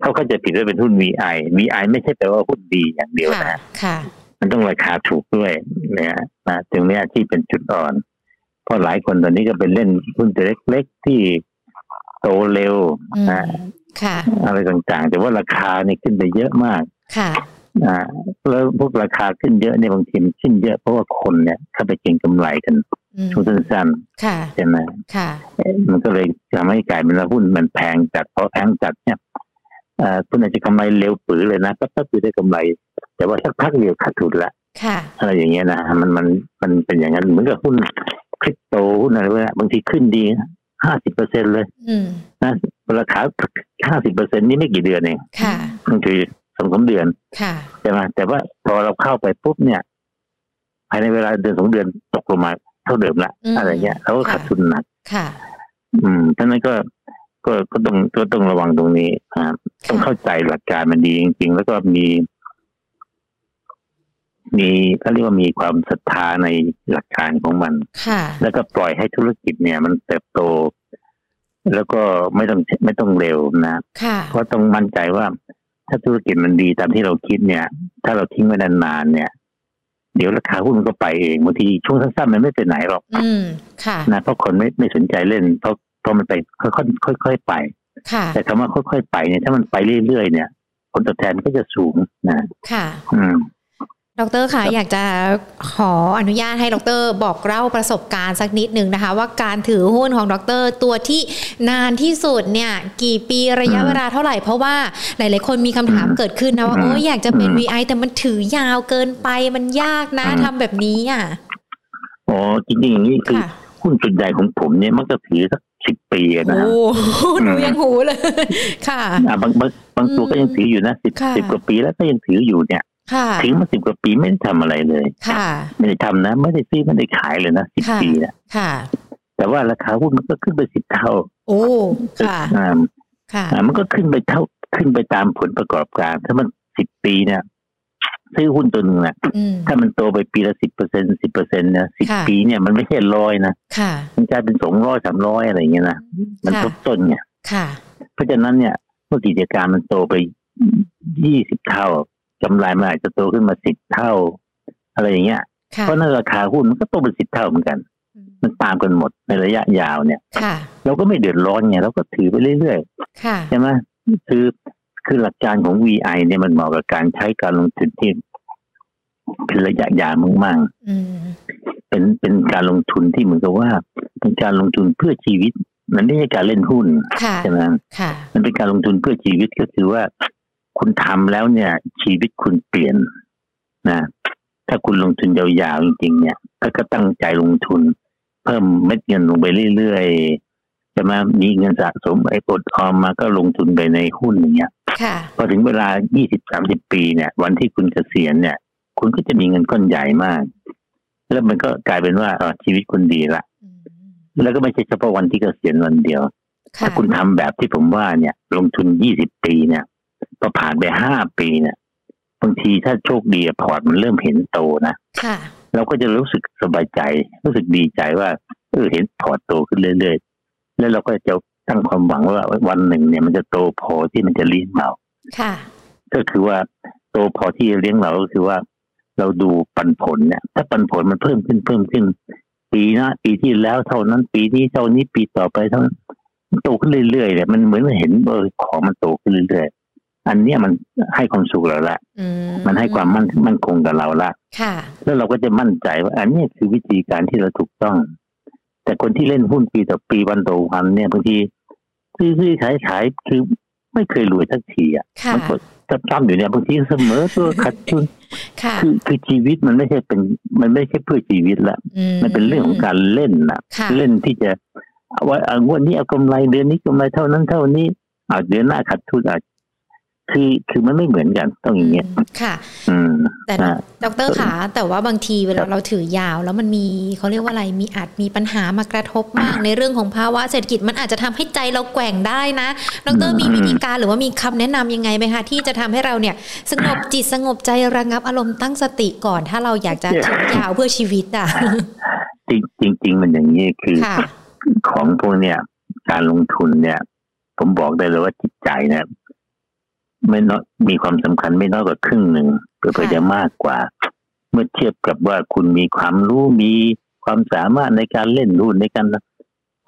Speaker 2: เขาเข้าใจผิดว่าเป็นหุ้น VI VI ไม่ใช่แปลว่าหุ้นดีอย่างเดียว
Speaker 1: ค่ะ
Speaker 2: นะ
Speaker 1: ค่ะ
Speaker 2: มันต้องราคาถูกด้วยนะฮะนะตรงเนี้ยที่เป็นจุดอ่อน เพราะหลายคนตอนนี้ก็เป็นเล่นหุ้นตัวเล็กๆที่โตเร็ว
Speaker 1: อื
Speaker 2: นะ
Speaker 1: มค่ะ
Speaker 2: อะไรต่างๆ แต่ว่าราคาเนี่ยขึ้นไปเยอะมาก
Speaker 1: ค่ะ
Speaker 2: นะแล้วพวกราคาขึ้นเยอะเนี่ยบางทีมันขึ้นเยอะเพราะว่าคนเนี่ยเข้าไปเก็งกำไรกัน
Speaker 1: อืม
Speaker 2: ช่วงสั้น
Speaker 1: ค่ะ
Speaker 2: ๆใช่ไหม
Speaker 1: ค่ะ
Speaker 2: มันก็เลยทำให้กลายเป็นว่าหุ้นมันแพงจัดเพราะแพงจัดเนี่ยเอ่อคุณอาจจะกำไรเร็วปือเลยนะก็ก็คือได้กำไร แต่ว่าสักพักเดียวขาดทุนละ
Speaker 1: ค่ะ
Speaker 2: อะไรอย่างเงี้ยนะมันมันมันเป็นอย่างนั้นเหมือนกับหุ้นคริปโตหุ้นอะไรพวกเนี้ยบางทีขึ้นดีห้าสิบเปอร์เซ็นเลย
Speaker 1: อืม
Speaker 2: ราคาห้าสิบเปอร์เซ็นนี่ไม่กี่เดือนเอง
Speaker 1: ค่ะ
Speaker 2: บางทีสองสามเดือน
Speaker 1: ค่ะ
Speaker 2: ใช่ไหมแต่ว่าพอเราเข้าไปปุ๊บเนี่ยภายในเวลาเดือนสองเดือนตกลงมาเท่าเดิมละ
Speaker 1: อืม
Speaker 2: อะไรเงี้ยเราก็
Speaker 1: ค่ะ
Speaker 2: ขาดทุนหนัก
Speaker 1: ค่ะ
Speaker 2: อืมท่านั้นก็ก็ก็ต้องก็ต้องระวังตรงนี้นะครับต้อง
Speaker 1: ค่ะ
Speaker 2: เข้าใจหลักการมันดีจริง ๆ แล้วก็มี มีเขาเรียกว่ามีความศรัทธาในหลักการของมัน
Speaker 1: ค่ะ
Speaker 2: แล้วก็ปล่อยให้ธุรกิจเนี่ย มันเติบโต แล้วก็ไม่ต้องไม่ต้องเร็วนะ
Speaker 1: ค่ะ
Speaker 2: เพราะต้องมั่นใจว่า ถ้าธุรกิจมันดีตามที่เราคิดเนี่ย ถ้าเราทิ้งไว้นานๆเนี่ย เดี๋ยวราคาหุ้นมันก็ไปเองบางทีช่วงสั้นๆมันไม่ไปไหนหรอก
Speaker 1: อืม ค่ะ
Speaker 2: นะเพราะคนไม่ไม่สนใจเล่นเพราะเพราะมันไปค่อยๆค่อยๆไป
Speaker 1: ค่ะ
Speaker 2: แต่คำว่าค่อยๆไปเนี่ยถ้ามันไปเรื่อยๆเนี่ย ผลตอบแทนก็จะสูงนะ
Speaker 1: ค่ะ
Speaker 2: อืม
Speaker 1: ดรคะอยากจะขออนุญาตให้ดร บอกเล่าประสบการณ์สักนิดหนึ่งนะคะ ว่าการถือหุ้นของดร ตัวที่นานที่สุดเนี่ย กี่ปีระยะ
Speaker 2: อืม
Speaker 1: เวลาเท่าไหร่เพราะว่าหลาย ๆ คนมีคำถาม
Speaker 2: อืม
Speaker 1: เกิดขึ้นนะว่า
Speaker 2: อืม
Speaker 1: โอ้ยอยากจะเป็น
Speaker 2: อืม
Speaker 1: VI แต่มันถือยาวเกินไปมันยากนะ
Speaker 2: อืม
Speaker 1: ทำแบบนี้อ่ะ
Speaker 2: อ๋อจริงๆอย่างนี้คือ
Speaker 1: ค่ะ
Speaker 2: หุ้นส่วนใหญ่ของผมเนี่ยมักจะถือสักสิบปีอะนะ
Speaker 1: โอ้
Speaker 2: ฮะ
Speaker 1: โหหนูยังหูเลย ค่ะ
Speaker 2: อ่าบางบางบางตัว
Speaker 1: อืม
Speaker 2: ก็ยังถืออยู่นะสิบ
Speaker 1: ค่ะ
Speaker 2: สิบกว่าปีแล้วก็ยังถืออยู่เนี่ย
Speaker 1: ค่ะ
Speaker 2: ถือมาสิบกว่าปีไม่ได้ทำอะไรเลย
Speaker 1: ค่ะ
Speaker 2: ไม่ได้ทำนะ ไม่ได้ซื้อไม่ได้ขายเลยนะสิบ
Speaker 1: ค่ะ
Speaker 2: ปีนะ
Speaker 1: ค่ะ
Speaker 2: แต่ว่าราคาหุ้นมันก็ขึ้นไปสิบเท่า
Speaker 1: โอ้ ค่ะ
Speaker 2: อ่า
Speaker 1: ค่ะ
Speaker 2: อ่ามันก็ขึ้นไปเท่าขึ้นไปตามผลประกอบการ ถ้ามันสิบปีเนี่ยซื้อหุ้นตัวหนึ่งนะ
Speaker 1: อืม
Speaker 2: ถ้ามันโตไปปีละสิบเปอร์เซ็นสิบเปอร์เซ็นนะสิบ
Speaker 1: ค่ะ
Speaker 2: ปีเนี่ยมันไม่ใช่ร้อยนะ
Speaker 1: ค่ะ
Speaker 2: มันกลายเป็นสองร้อยสามร้อยอะไรอย่างเงี้ยนะมัน
Speaker 1: ค่ะ
Speaker 2: ทบต้นเนี่ย
Speaker 1: ค่ะ
Speaker 2: เพราะฉะนั้นเนี่ยเมื่อกิจการมันโตไปยี่สิบเท่ากำไรมันอาจจะโตขึ้นมาสิบเท่า อะไรอย่างเงี้ย
Speaker 1: ค่ะ
Speaker 2: เพราะฉะนั้นราคาหุ้นมันก็โตเป็นสิบเท่าเหมือนกัน มันตามกันหมดในระยะยาวเนี่ย
Speaker 1: ค่ะ
Speaker 2: เราก็ไม่เดือดร้อนไงเราก็ถือไปเรื่อย
Speaker 1: ค่ะ
Speaker 2: ๆใช่ไหมคือคือหลักการของ VI เนี่ยมันเหมาะกับการใช้การลงทุนที่เป็นระยะยาวมาก
Speaker 1: อืม
Speaker 2: ๆเป็นเป็นการลงทุนที่เหมือนกับว่า เป็นการลงทุนเพื่อชีวิต มันไม่ใช่การเล่นหุ้น
Speaker 1: ค่ะ
Speaker 2: ใช่ไหม
Speaker 1: ค่ะ
Speaker 2: มันเป็นการลงทุนเพื่อชีวิตก็คือว่า คุณทำแล้วเนี่ย ชีวิตคุณเปลี่ยนนะ ถ้าคุณลงทุนยาวๆจริงๆเนี่ยแล้วก็ตั้งใจลงทุน เพิ่มเม็ดเงินลงไปเรื่อยๆจะมามีเงินสะสมไอ้อดออมมาก็ลงทุนไปในหุ้นอย่างเงี้ย
Speaker 1: ค่ะ
Speaker 2: พอถึงเวลา 20-30 ปีเนี่ย วันที่คุณเกษียณเนี่ย คุณก็จะมีเงินก้อนใหญ่มาก แล้วมันก็กลายเป็นว่าเอ่อชีวิตคุณดีละ
Speaker 1: อืม
Speaker 2: แล้วก็ไม่ใช่เฉพาะวันที่เกษียณวันเดียว
Speaker 1: ค่ะ
Speaker 2: ถ้าคุณทำแบบที่ผมว่าเนี่ย ลงทุน 20 ปีเนี่ยพอผ่านไป 5 ปีเนี่ยบางทีถ้าโชคดีอะพอร์ตมันเริ่มเห็นโตนะ
Speaker 1: ค่ะ
Speaker 2: เราก็จะรู้สึกสบายใจ รู้สึกดีใจว่าเออเห็นพอร์ตโตขึ้นเรื่อยๆ แล้วเราก็จะตั้งความหวังว่าวันหนึ่งเนี่ยมันจะโตพอที่มันจะเลี้ยงเรา
Speaker 1: ค่ะ
Speaker 2: ก็คือว่าโตพอที่จะเลี้ยงเราก็คือว่า เราดูปันผลเนี่ย ถ้าปันผลมันเพิ่มขึ้นเพิ่มขึ้น ปีหนะปีที่แล้วเท่านั้นปีที่เท่านี้ปีต่อไปเท่านั้นมันโตขึ้นเรื่อยๆเนี่ยมันเหมือนเห็นเออของมันโตขึ้นเรื่อย อันเนี้ยมันให้ความสุขเราละ
Speaker 1: อื
Speaker 2: มันให้ความมั่นมั่นคงกับเราละ
Speaker 1: ค่ะ
Speaker 2: แล้วเราก็จะมั่นใจว่า อันเนี้ยคือวิธีการที่เราถูกต้อง แต่คนที่เล่นหุ้นปีต่อปีวันต่อวันเนี่ยบางทีซื้อซื้อขายขายคือไม่เคยรวยสักทีอ่ะ
Speaker 1: ค่ะ
Speaker 2: มันกดจำๆอยู่เนี่ยบางทีเสมอ ตัวขัดทุน
Speaker 1: ค่ะ
Speaker 2: คือคือชีวิตมันไม่ใช่เป็น มันไม่ใช่เพื่อชีวิตละ มันเป็นเรื่องของการเล่นนะ
Speaker 1: ค่ะ
Speaker 2: เล่นที่จะเอาไว่าเอางวดนี้เอากำไรเดือนนี้กำไรเท่านั้นเท่านี้เอาเดือนหน้าขาดทุนอาจคือคือมันไม่เหมือนกันต้องอย่างเงี้ย
Speaker 1: ค่ะ
Speaker 2: อืม
Speaker 1: แต่
Speaker 2: อ่า
Speaker 1: ดอกเตอรขา แต่ว่าบางทีเว
Speaker 2: ครั
Speaker 1: ลา
Speaker 2: บ
Speaker 1: เราถือยาวแล้วมันมีเขาเรียกว่าอะไรมีอาจมีปัญหามากระทบมากในเรื่องของภาวะเศรษฐกิจมันอาจจะทำให้ใจเราแกว่งได้นะดอกเตอรมีวิธีการหรือว่ามีคำแนะนำยังไงไหมคะ ที่จะทำให้เราเนี่ย สงบจิตสงบใจระงับอารมณ์ตั้งสติก่อน ถ้าเราอยากจะถือยาวเพื่อชีวิตอ่ะ
Speaker 2: จริงจริงจริงมันอย่างนี้คือ
Speaker 1: ค่ะ
Speaker 2: ของพวกเนี่ย การลงทุนเนี่ย ผมบอกได้เลยว่าจิตใจเนะไม่น้อยมีความสำคัญไม่น้อยกว่าครึ่งหนึ่งเพื่อ
Speaker 1: ค่ะ
Speaker 2: จะมากกว่า เมื่อเทียบกับว่าคุณมีความรู้มีความสามารถในการเล่นหุ้นในการ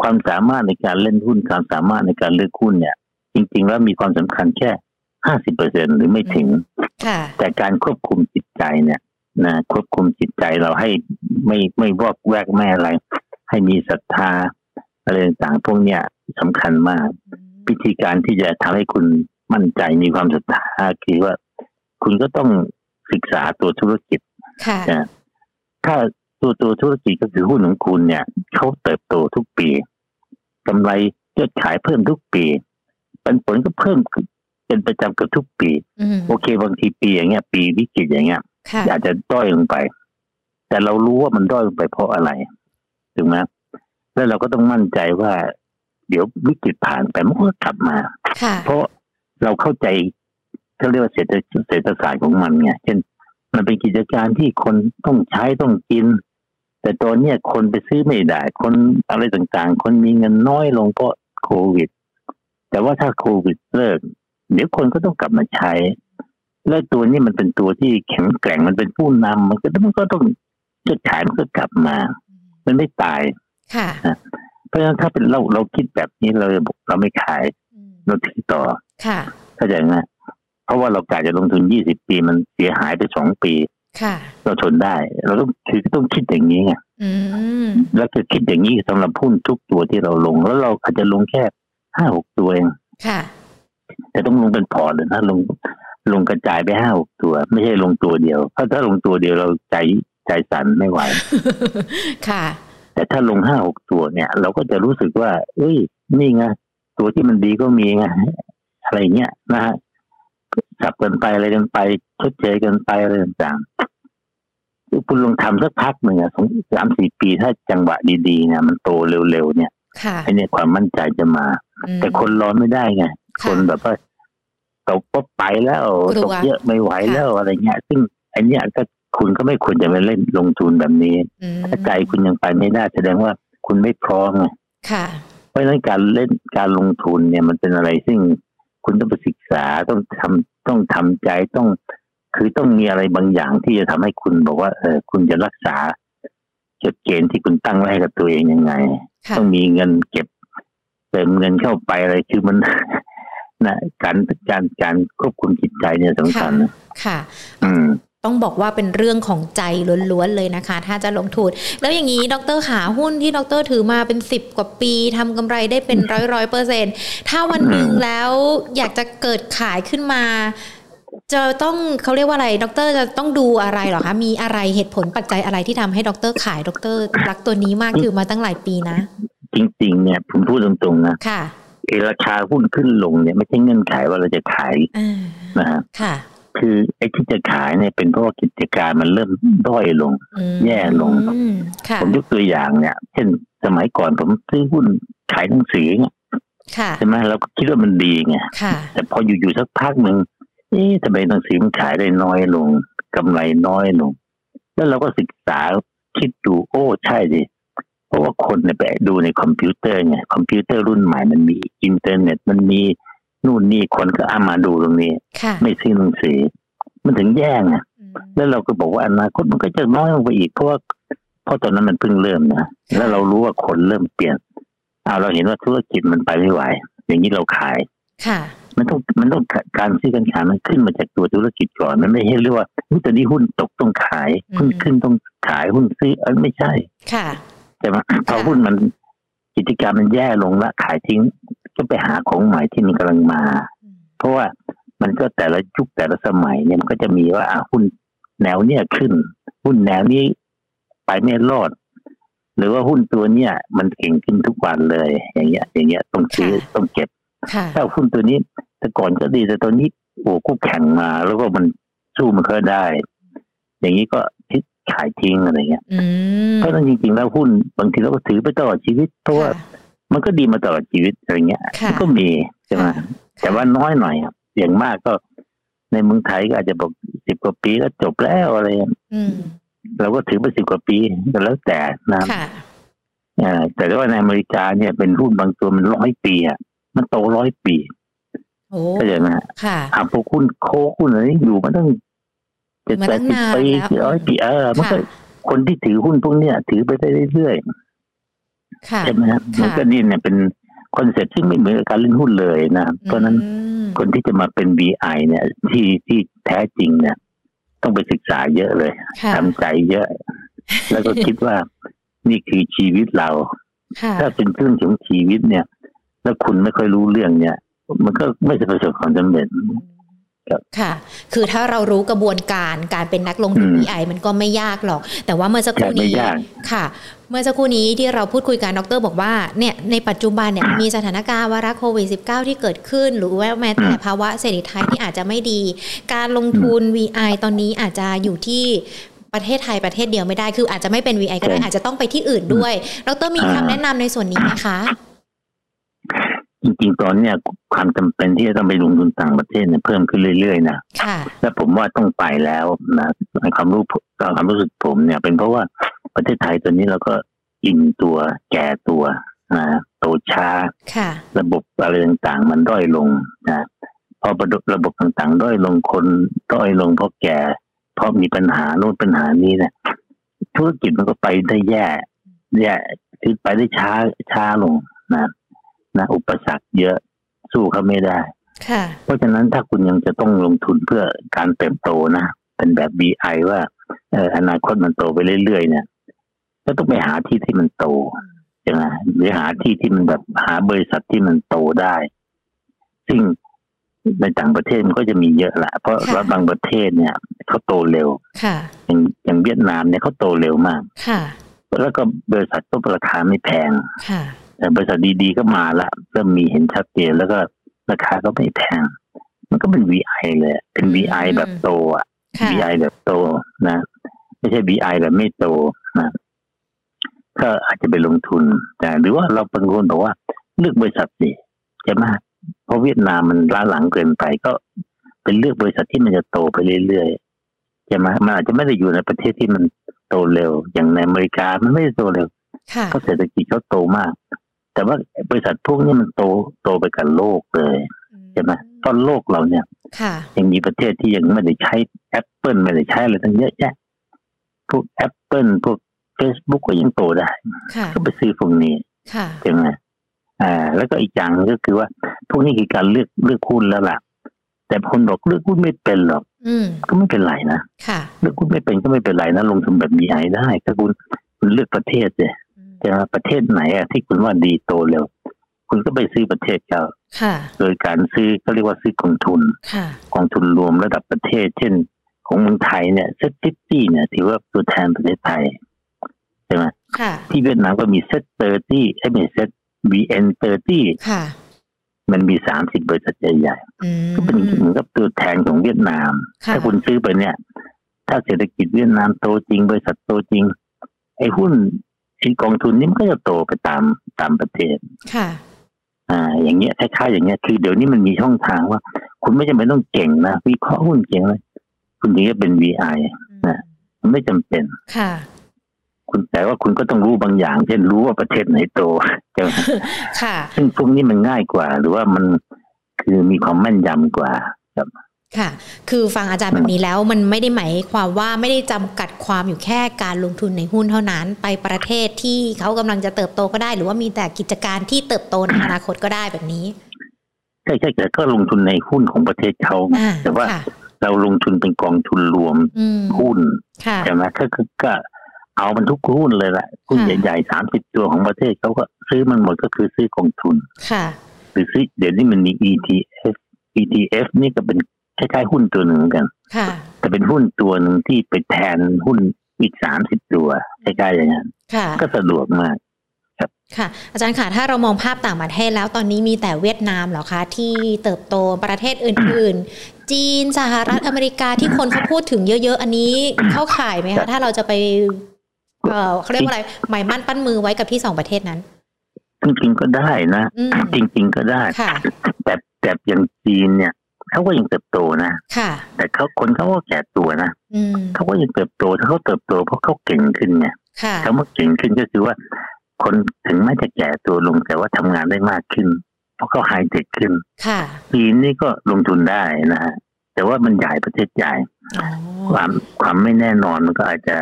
Speaker 2: ความสามารถในการเล่นหุ้นความสามารถในการเลือกหุ้นเนี่ย จริง ๆ แล้วมีความสำคัญแค่ห้าสิบเปอร์เซ็นหรือไม่ถึง
Speaker 1: ค่ะ
Speaker 2: แต่การควบคุมจิตใจเนี่ยนะควบคุมจิตใจเราให้ไม่ไม่วอกแวกไม่อะไร ให้มีศรัทธาอะไรต่างๆพวกเนี้ยสำคัญมากวิธีการที่จะทำให้คุณมั่นใจมีความศรัทธาคือว่า คุณก็ต้องศึกษาตัวธุรกิจ
Speaker 1: ค่ะ
Speaker 2: ถ้าตัวตัวธุรกิจก็คือหุ้นของคุณเนี่ยเขาเติบโตทุกปีกำไรยอดขายเพิ่มทุกปีปันผลก็เพิ่มขึ้นเป็นประจำเกือบทุกปี
Speaker 1: อืม
Speaker 2: โอเคบางทีปีอย่างเงี้ย ปีวิกฤตอย่างเงี้ย
Speaker 1: ค่ะ
Speaker 2: อาจจะด้อยลงไป แต่เรารู้ว่ามันด้อยลงไปเพราะอะไรถูกไหมแล้วเราก็ต้องมั่นใจว่า เดี๋ยววิกฤตผ่านไปมันก็กลับมา
Speaker 1: ค่ะ
Speaker 2: เพราะเราเข้าใจเขาเรียกว่าเศรษฐเศรษฐศาสตร์ของมันไงเช่น มันเป็นกิจการที่คนต้องใช้ต้องกิน แต่ตอนเนี้ยคนไปซื้อไม่ได้ คนอะไรต่างๆ คนมีเงินน้อยลงเพราะโควิด แต่ว่าถ้าโควิดเลิก เดี๋ยวคนก็ต้องกลับมาใช้ แล้วตัวนี้มันเป็นตัวที่แข็งแกร่งมันเป็นผู้นำมันก็มันก็ต้องจุดขายมันก็กลับมา มันไม่ตาย
Speaker 1: ค่ะ
Speaker 2: เพราะฉะนั้นถ้าเป็นเราเราคิดแบบนี้เราเราไม่ขาย
Speaker 1: อืม
Speaker 2: เราถือต่อ
Speaker 1: ค่ะ
Speaker 2: เข้าใจไหมเพราะว่าเรากะจะลงทุน 20 ปีมันเสียหายไปสองปี
Speaker 1: ค่ะ
Speaker 2: เราทนได้ เราต้องคือต้องคิดอย่างนี้ไง
Speaker 1: อืม
Speaker 2: แล้วก็คิดอย่างนี้สำหรับหุ้นทุกตัวที่เราลง แล้วเราอาจจะลงแค่ห้าหกตัวเอง
Speaker 1: ค่ะ
Speaker 2: แต่ต้องลงเป็นพอร์ตเลยนะลงลงกระจายไปห้าหกตัว ไม่ใช่ลงตัวเดียว เพราะถ้าลงตัวเดียวเราใจใจสั่นไม่ไหว
Speaker 1: ค่ะ
Speaker 2: แต่ถ้าลงห้าหกตัวเนี่ย เราก็จะรู้สึกว่า เอ้ย นี่ไงตัวที่มันดีก็มีไงอะไรเงี้ยนะฮะสับกันไปอะไรกันไปชดเชยกันไปอะไรต่างๆคุณลองทำสักพักหนึ่งอะสองสามสี่ปีถ้าจังหวะดีๆเนี่ยมันโตเร็วๆเนี่ย
Speaker 1: ค่ะ
Speaker 2: ไอเนี่ยความมั่นใจจะมา
Speaker 1: อืม
Speaker 2: แต่คนรอไม่ได้ไง
Speaker 1: ะ
Speaker 2: คนแบบว่าตกก็ไปแล้ว
Speaker 1: กลัว
Speaker 2: ตกเยอะไม่ไหว
Speaker 1: ค่ะ
Speaker 2: แล้วอะไรเงี้ย ซึ่งไอันเนี้ยก็คุณก็ไม่ควรจะไปเล่นลงทุนแบบนี้
Speaker 1: อืม
Speaker 2: ถ้าใจคุณยังไปไม่ได้แสดงว่าคุณไม่พร้อมไง
Speaker 1: ค่ะ
Speaker 2: เพราะฉะนั้นการเล่นการลงทุนเนี่ยมันเป็นอะไรซึ่งคุณต้องไปศึกษาต้องทำต้องทำใจต้อง คือต้องมีอะไรบางอย่างที่จะทำให้คุณบอกว่า เออคุณจะรักษาจุดเกณฑ์ที่คุณตั้งไว้ให้กับตัวเองยังไง
Speaker 1: ค่ะ
Speaker 2: ต้องมีเงินเก็บเติมเงินเข้าไปอะไรคือมัน นะการการการควบคุมจิตใจเนี่ยสำคัญนะ
Speaker 1: ค่ะ
Speaker 2: อืม
Speaker 1: ต้องบอกว่าเป็นเรื่องของใจล้วนๆเลยนะคะ ถ้าจะลงทุนแล้วอย่างนี้ดรขาหุ้นที่ดรถือมาเป็น 10 กว่าปีทำกำไรได้เป็นร้อยร้อยเปอร์เซ็นถ้าวันหนึ่งแล้วอยากจะเกิดขายขึ้นมา จะต้องเขาเรียกว่าอะไรดรจะต้องดูอะไรเหรอคะมีอะไรเหตุผลปัจจัยอะไรที่ทำให้ดรขายดรรักตัวนี้มากถือมาตั้งหลายปีนะ
Speaker 2: จริง ๆ เนี่ยผมพูดตรงๆนะ
Speaker 1: ค่ะ
Speaker 2: ไอ้ราคาหุ้นขึ้นลงเนี่ยไม่ใช่เงื่อนไขว่าเราจะขาย
Speaker 1: อ่า
Speaker 2: นะฮะ
Speaker 1: ค่ะ
Speaker 2: คือไอ้ที่จะขายเนี่ยเป็นเพราะว่ากิจการมันเริ่มด้อยลง
Speaker 1: อืม
Speaker 2: แย่ลง
Speaker 1: อืมค่ะ
Speaker 2: ผมยกตัวอย่างเนี่ย เช่นสมัยก่อนผมซื้อหุ้นขายหนังสือเนี่ย
Speaker 1: ค่ะ
Speaker 2: ใช่ไหมเราก็คิดว่ามันดีไง
Speaker 1: ค่ะ
Speaker 2: แต่พออยู่ๆสักพักหนึ่งเอ๊ะทำไมหนังสือมันขายได้น้อยลงกำไรน้อยลง แล้วเราก็ศึกษาคิดดูโอ้ใช่ดิเพราะว่าคนเนี่ยไปดูในคอมพิวเตอร์ไงคอมพิวเตอร์รุ่นใหม่มันมีอินเทอร์เน็ตมันมีนู่นนี่คนก็เอามาดูตรงนี้
Speaker 1: ค่ะ
Speaker 2: ไม่ซื้อหนังสือ มันถึงแย่ไง
Speaker 1: อืม
Speaker 2: แล้วเราก็บอกว่าอนาคตมันก็จะน้อยลงไปอีกเพราะว่าเพราะตอนนั้นมันเพิ่งเริ่มนะแล้วเรารู้ว่าคนเริ่มเปลี่ยนเอาเราเห็นว่าธุรกิจมันไปไม่ไหว อย่างนี้เราขาย
Speaker 1: ค่ะ
Speaker 2: มันต้องมันต้องการซื้อการขายมันขึ้นมาจากตัวธุรกิจก่อนมันไม่ใช่เรื่องว่าหุ้นตอนนี้หุ้นตกต้องขาย
Speaker 1: อืม
Speaker 2: หุ้นขึ้นต้องขายหุ้นซื้อเอันไม่ใช่
Speaker 1: ค่ะ
Speaker 2: แต่ว่าพอ
Speaker 1: ค่ะ
Speaker 2: หุ้นมันกิจการมันแย่ลงละขายทิ้ง ก็ไปหาของใหม่ที่มันกำลังมา เพราะว่ามันก็แต่ละยุคแต่ละสมัยเนี่ยมันก็จะมีว่าอ่ะหุ้นแนวเนี่ยขึ้น หุ้นแนวนี้ไปไม่รอด หรือว่าหุ้นตัวเนี่ย มันเก่งขึ้นทุกวันเลย อย่างเงี้ย อย่างเงี้ยต้องซื้อ
Speaker 1: ค่ะ
Speaker 2: ต้องเก็บ
Speaker 1: ค่ะ
Speaker 2: ถ้าหุ้นตัวนี้แต่ก่อนก็ดีแต่ตอนนี้โอ้คู่แข่งมา แล้วก็มันสู้มันก็ได้ อย่างนี้ก็ทิ้งขายทิ้งอะไรเงี้ย
Speaker 1: อืม
Speaker 2: เพราะฉะนั้นจริงๆแล้วหุ้นบางทีเราก็ถือไปตลอดชีวิตเพราะว่ามันก็ดีมาตลอดชีวิตอะไรเงี้ย
Speaker 1: ค่ะ
Speaker 2: มันก็มีใช่ไหม
Speaker 1: ค่ะ
Speaker 2: แต่ว่าน้อยหน่อยครับอย่างมากก็ในเมืองไทยก็อาจจะบอกสิบกว่าปีก็จบแล้วอะไรอย่างเงี้ย
Speaker 1: อืม
Speaker 2: เราก็ถือไปสิบกว่าปีก็แล้วแต่นะครับ
Speaker 1: ค่ะ
Speaker 2: เอ่อแต่ว่าในอเมริกาเนี่ยเป็นรุ่นบางตัวมันร้อยปีอ่ะมันโตร้อยปี
Speaker 1: โอ้
Speaker 2: เข้าใจไหมฮะ
Speaker 1: ค่ะ
Speaker 2: อ่ะพวกคุณโคกคุณอะไรอยู่มาตั้งเจ็ด
Speaker 1: มา
Speaker 2: แป
Speaker 1: ตั้
Speaker 2: ด
Speaker 1: ง
Speaker 2: สิบ
Speaker 1: นาน
Speaker 2: ปี
Speaker 1: แล้ว
Speaker 2: ร้อยปีเออมันก็
Speaker 1: ค่ะ
Speaker 2: คนที่ถือหุ้นพวกเนี้ยถือไปได้เรื่อย
Speaker 1: ค่ะ
Speaker 2: ๆใช่ไหมครับ
Speaker 1: ค่ะ
Speaker 2: มันก็นี่เนี่ยเป็นคอนเซ็ปต์ที่ไม่เหมือนกับการเล่นหุ้นเลยนะครับเพราะฉะนั้น
Speaker 1: อืม
Speaker 2: คนที่จะมาเป็น BI เนี่ยที่ที่แท้จริงเนี่ย ต้องไปศึกษาเยอะเลย
Speaker 1: ค่ะ
Speaker 2: ทำใจเยอะ แล้วก็คิด ว่านี่คือชีวิตเรา
Speaker 1: ค่ะ
Speaker 2: ถ้าเป็นเรื่องของชีวิตเนี่ย แล้วคุณไม่ค่อยรู้เรื่องเนี่ย มันก็ไม่จะประสบความสำเร็จ
Speaker 1: ค่ะ คือถ้าเรารู้กระบวนการการเป็นนักลงทุน
Speaker 2: อืม
Speaker 1: VI มันก็ไม่ยากหรอก แต่ว่าเมื่อสักค
Speaker 2: แต่
Speaker 1: รู่
Speaker 2: ไม่
Speaker 1: นี้
Speaker 2: ยาก
Speaker 1: ค่ะ เมื่อสักครู่นี้ที่เราพูดคุยกันดรบอกว่าเนี่ยในปัจจุบันเนี่ยมีสถานการณ์วาระโควิด -19 ที่เกิดขึ้น หรือว่าแม้แต่ภาวะเศรษฐกิจไทยที่อาจจะไม่ดี การลงทุน VI ตอนนี้อาจจะอยู่ที่ประเทศไทยประเทศเดียวไม่ได้คืออาจจะไม่เป็น VI ก็ได้
Speaker 2: ใช่
Speaker 1: อาจจะต้องไปที่อื่นด้วยดรมีคำ
Speaker 2: อ่า
Speaker 1: แนะนำในส่วนนี้ไหมคะ
Speaker 2: จริงๆ ตอนเนี้ยความจำเป็นที่จะต้องไปลงทุนต่างประเทศเนี่ยเพิ่มขึ้นเรื่อยๆนะ
Speaker 1: ค่ะ
Speaker 2: และผมว่าต้องไปแล้วนะความรู้ผมความรู้สึกผมเนี่ย เป็นเพราะว่าประเทศไทยตอนนี้เราก็อิ่มตัวแก่ตัวนะโตช้า
Speaker 1: ค่ะ
Speaker 2: ระบบอะไรต่างๆ มันด้อยลงนะพอระบบระบบต่างๆ ด้อยลงคนด้อยลงเพราะแก่เพราะมีปัญหาโน่นปัญหานี้เนะธุรกิจมันก็ไปได้แย่แย่คือไปได้ช้าช้าลงนะนะอุปสรรคเยอะสู้เขาไม่ได้
Speaker 1: ค่ะ
Speaker 2: เพราะฉะนั้นถ้าคุณยังจะต้องลงทุนเพื่อการเติบโตนะ เป็นแบบ BI ว่าเอ่ออนาคตมันโตไปเรื่อยๆเนี่ย ก็ต้องไปหาที่ที่มันโตใช่ไหมหรือหาที่ที่มันแบบหาบริษัทที่มันโตได้ ซึ่งในต่างประเทศมันก็จะมีเยอะแหละเพราะ
Speaker 1: ค่ะ
Speaker 2: ว่าบางประเทศเนี่ยเขาโตเร็ว
Speaker 1: ค่ะ
Speaker 2: อย่างอย่างเวียดนามเนี่ยเขาโตเร็วมาก
Speaker 1: ค่ะ
Speaker 2: แล้วก็บริษัทก็ราคาไม่แพง
Speaker 1: ค่ะ
Speaker 2: แต่บริษัทดีๆก็มาละเริ่มมีเห็นชัดเจนแล้วก็ราคาก็ไม่แพง มันก็เป็น VI เลยเป็น VI
Speaker 1: อืม
Speaker 2: แบบโตอ่ะ
Speaker 1: ค่ะ
Speaker 2: VI แบบโตนะ ไม่ใช่ VI แบบไม่โตนะก็อาจจะไปลงทุนแต่หรือว่าเราบางคนบอกว่าเลือกบริษัทสิใช่ไหมเพราะเวียดนามมันล้าหลังเกินไปก็เป็นเลือกบริษัทที่มันจะโตไปเรื่อยๆใช่ไหมมันอาจจะไม่ได้อยู่ในประเทศที่มันโตเร็ว อย่างในอเมริกามันไม่ได้โตเร็ว
Speaker 1: ค่ะ
Speaker 2: เพราะเศรษฐกิจเขาโตมาก แต่ว่าบริษัทพวกนี้มันโตโตไปกับโลกเลยใช่ไหมตอนโลกเราเนี่ย
Speaker 1: ค่ะ
Speaker 2: ยังมีประเทศที่ยังไม่ได้ใช้ Apple ไม่ได้ใช้อะไรตั้งเยอะแยะ พวก Apple พวก Facebook ก็ยังโตได้
Speaker 1: ค่ะ
Speaker 2: ก็ไปซื้อพวกนี้
Speaker 1: ค่ะ
Speaker 2: ใช่ไหมอ่า แล้วก็อีกอย่างหนึ่งก็คือว่า พวกนี้คือการเลือกเลือกหุ้นแล้วล่ะ แต่คนบอกเลือกหุ้นไม่เป็นหรอก
Speaker 1: อืม
Speaker 2: ก็ไม่เป็นไรนะ
Speaker 1: ค่ะ
Speaker 2: เลือกหุ้นไม่เป็นก็ไม่เป็นไรนะลงทุนแบบ BI ได้ถ้าคุณคุณเลือกประเทศเลย
Speaker 1: อืม
Speaker 2: จะประเทศไหนอะที่คุณว่าดีโตเร็ว คุณก็ไปซื้อประเทศเขา
Speaker 1: ค่ะ
Speaker 2: โดยการซื้อเขาเรียกว่าซื้อกองทุน
Speaker 1: ค่ะ
Speaker 2: กองทุนรวมระดับประเทศ เช่น ของเมืองไทยเนี่ยเซตฟิฟตี้เนี่ย ถือว่าตัวแทนประเทศไทยใช่ไหม
Speaker 1: ค่ะ
Speaker 2: ที่เวียดนามก็มีเซตเตอร์ตี้ไอ้ไม่เซตบีเอ็นเตอร์ตี้
Speaker 1: ค่ะ
Speaker 2: มันมีสามสิบบริษัทใหญ่
Speaker 1: อืม
Speaker 2: ๆก็เป็นเหมือนกับตัวแทนของเวียดนาม
Speaker 1: ค่ะ
Speaker 2: ถ้าคุณซื้อไปเนี่ย ถ้าเศรษฐกิจเวียดนามโตจริง บริษัทโตจริง ไอ้หุ้นไอ้กองทุนนี่มันก็จะโตไปตามตามประเทศ
Speaker 1: ค่ะ
Speaker 2: อ่า อย่างเงี้ยคล้ายๆอย่างเงี้ยคือเดี๋ยวนี้มันมีช่องทางว่า คุณไม่จำเป็นต้องเก่งนะวิเคราะห์หุ้นเก่งเลยคุณถึงจะเป็น VI นะ มันไม่จำเป็น
Speaker 1: ค่ะ
Speaker 2: คุณแต่ว่าคุณก็ต้องรู้บางอย่าง เช่นรู้ว่าประเทศไหนโตใช่ไหม
Speaker 1: ค่ะ
Speaker 2: ซึ่งพวกนี้มันง่ายกว่า หรือว่ามันคือมีความแม่นยำกว่าครับ
Speaker 1: ค่ะ คือฟังอาจารย์แบบนี้แล้วมันไม่ได้หมายความว่าไม่ได้จำกัดความอยู่แค่การลงทุนในหุ้นเท่านั้น ไปประเทศที่เขากำลังจะเติบโตก็ได้ หรือว่ามีแต่กิจการที่เติบโตในอนาคตก็ได้แบบนี้
Speaker 2: ใช่ใช่แต่ก็ลงทุนในหุ้นของประเทศเขา
Speaker 1: อ่
Speaker 2: แต่ว่า
Speaker 1: ค่ะ
Speaker 2: เราลงทุนเป็นกองทุนรวม
Speaker 1: อืม
Speaker 2: หุ้น
Speaker 1: ค่ะ
Speaker 2: ใช่ไหมก็ก็ก็เอามันทุกหุ้นเลยแหละหุ้น
Speaker 1: ค่ะ
Speaker 2: ใหญ่ๆสามสิบตัวของประเทศเขาก็ซื้อมันหมดก็คือซื้อกองทุน
Speaker 1: ค่ะ
Speaker 2: หรือซื้อเดี๋ยวนี้มันมี ETF ETF นี่ก็เป็นคล้ายๆหุ้นตัวหนึ่งเหมือนกัน
Speaker 1: ค่ะ
Speaker 2: แต่เป็นหุ้นตัวหนึ่งที่ไปแทนหุ้นอีกสามสิบตัวใกล้ๆอย่างนั้น
Speaker 1: ค่ะ
Speaker 2: ก็สะดวกมาก
Speaker 1: ค่ะ อาจารย์ค่ะ ถ้าเรามองภาพต่างประเทศแล้วตอนนี้มีแต่เวียดนามเหรอคะ ที่เติบโตประเทศอื่น ๆ จีนสหรัฐอเมริกาที่คนเขาพูดถึงเยอะ ๆ อันนี้เข้าข่ายไหมคะถ้าเราจะไปเอ่อเขาเรียกว่าอะไรหมายมั่นปั้นมือไว้กับที่สองประเทศนั้น
Speaker 2: จริงๆก็ได้นะ
Speaker 1: อืม
Speaker 2: จริง ๆ ก็ได้
Speaker 1: ค่ะ
Speaker 2: แต่แต่อย่างจีนเนี่ยเขาก็ยังเติบโตนะ
Speaker 1: ค่ะ
Speaker 2: แต่เขาคนเขาก็แก่ตัวนะ
Speaker 1: อืม
Speaker 2: เขาก็ยังเติบโตถ้าเขาเติบโตเพราะเขาเก่งขึ้นไง
Speaker 1: ค่ะ
Speaker 2: เขาเมื่อเก่งขึ้นก็คือว่า คนถึงแม้จะแก่ตัวลงแต่ว่าทำงานได้มากขึ้น เพราะเขาไฮเทคขึ้น
Speaker 1: ค่ะ
Speaker 2: จีนนี่ก็ลงทุนได้นะฮะแต่ว่ามันใหญ่ประเทศใหญ่
Speaker 1: อ๋อ
Speaker 2: ความความไม่แน่นอนมันก็อาจจะ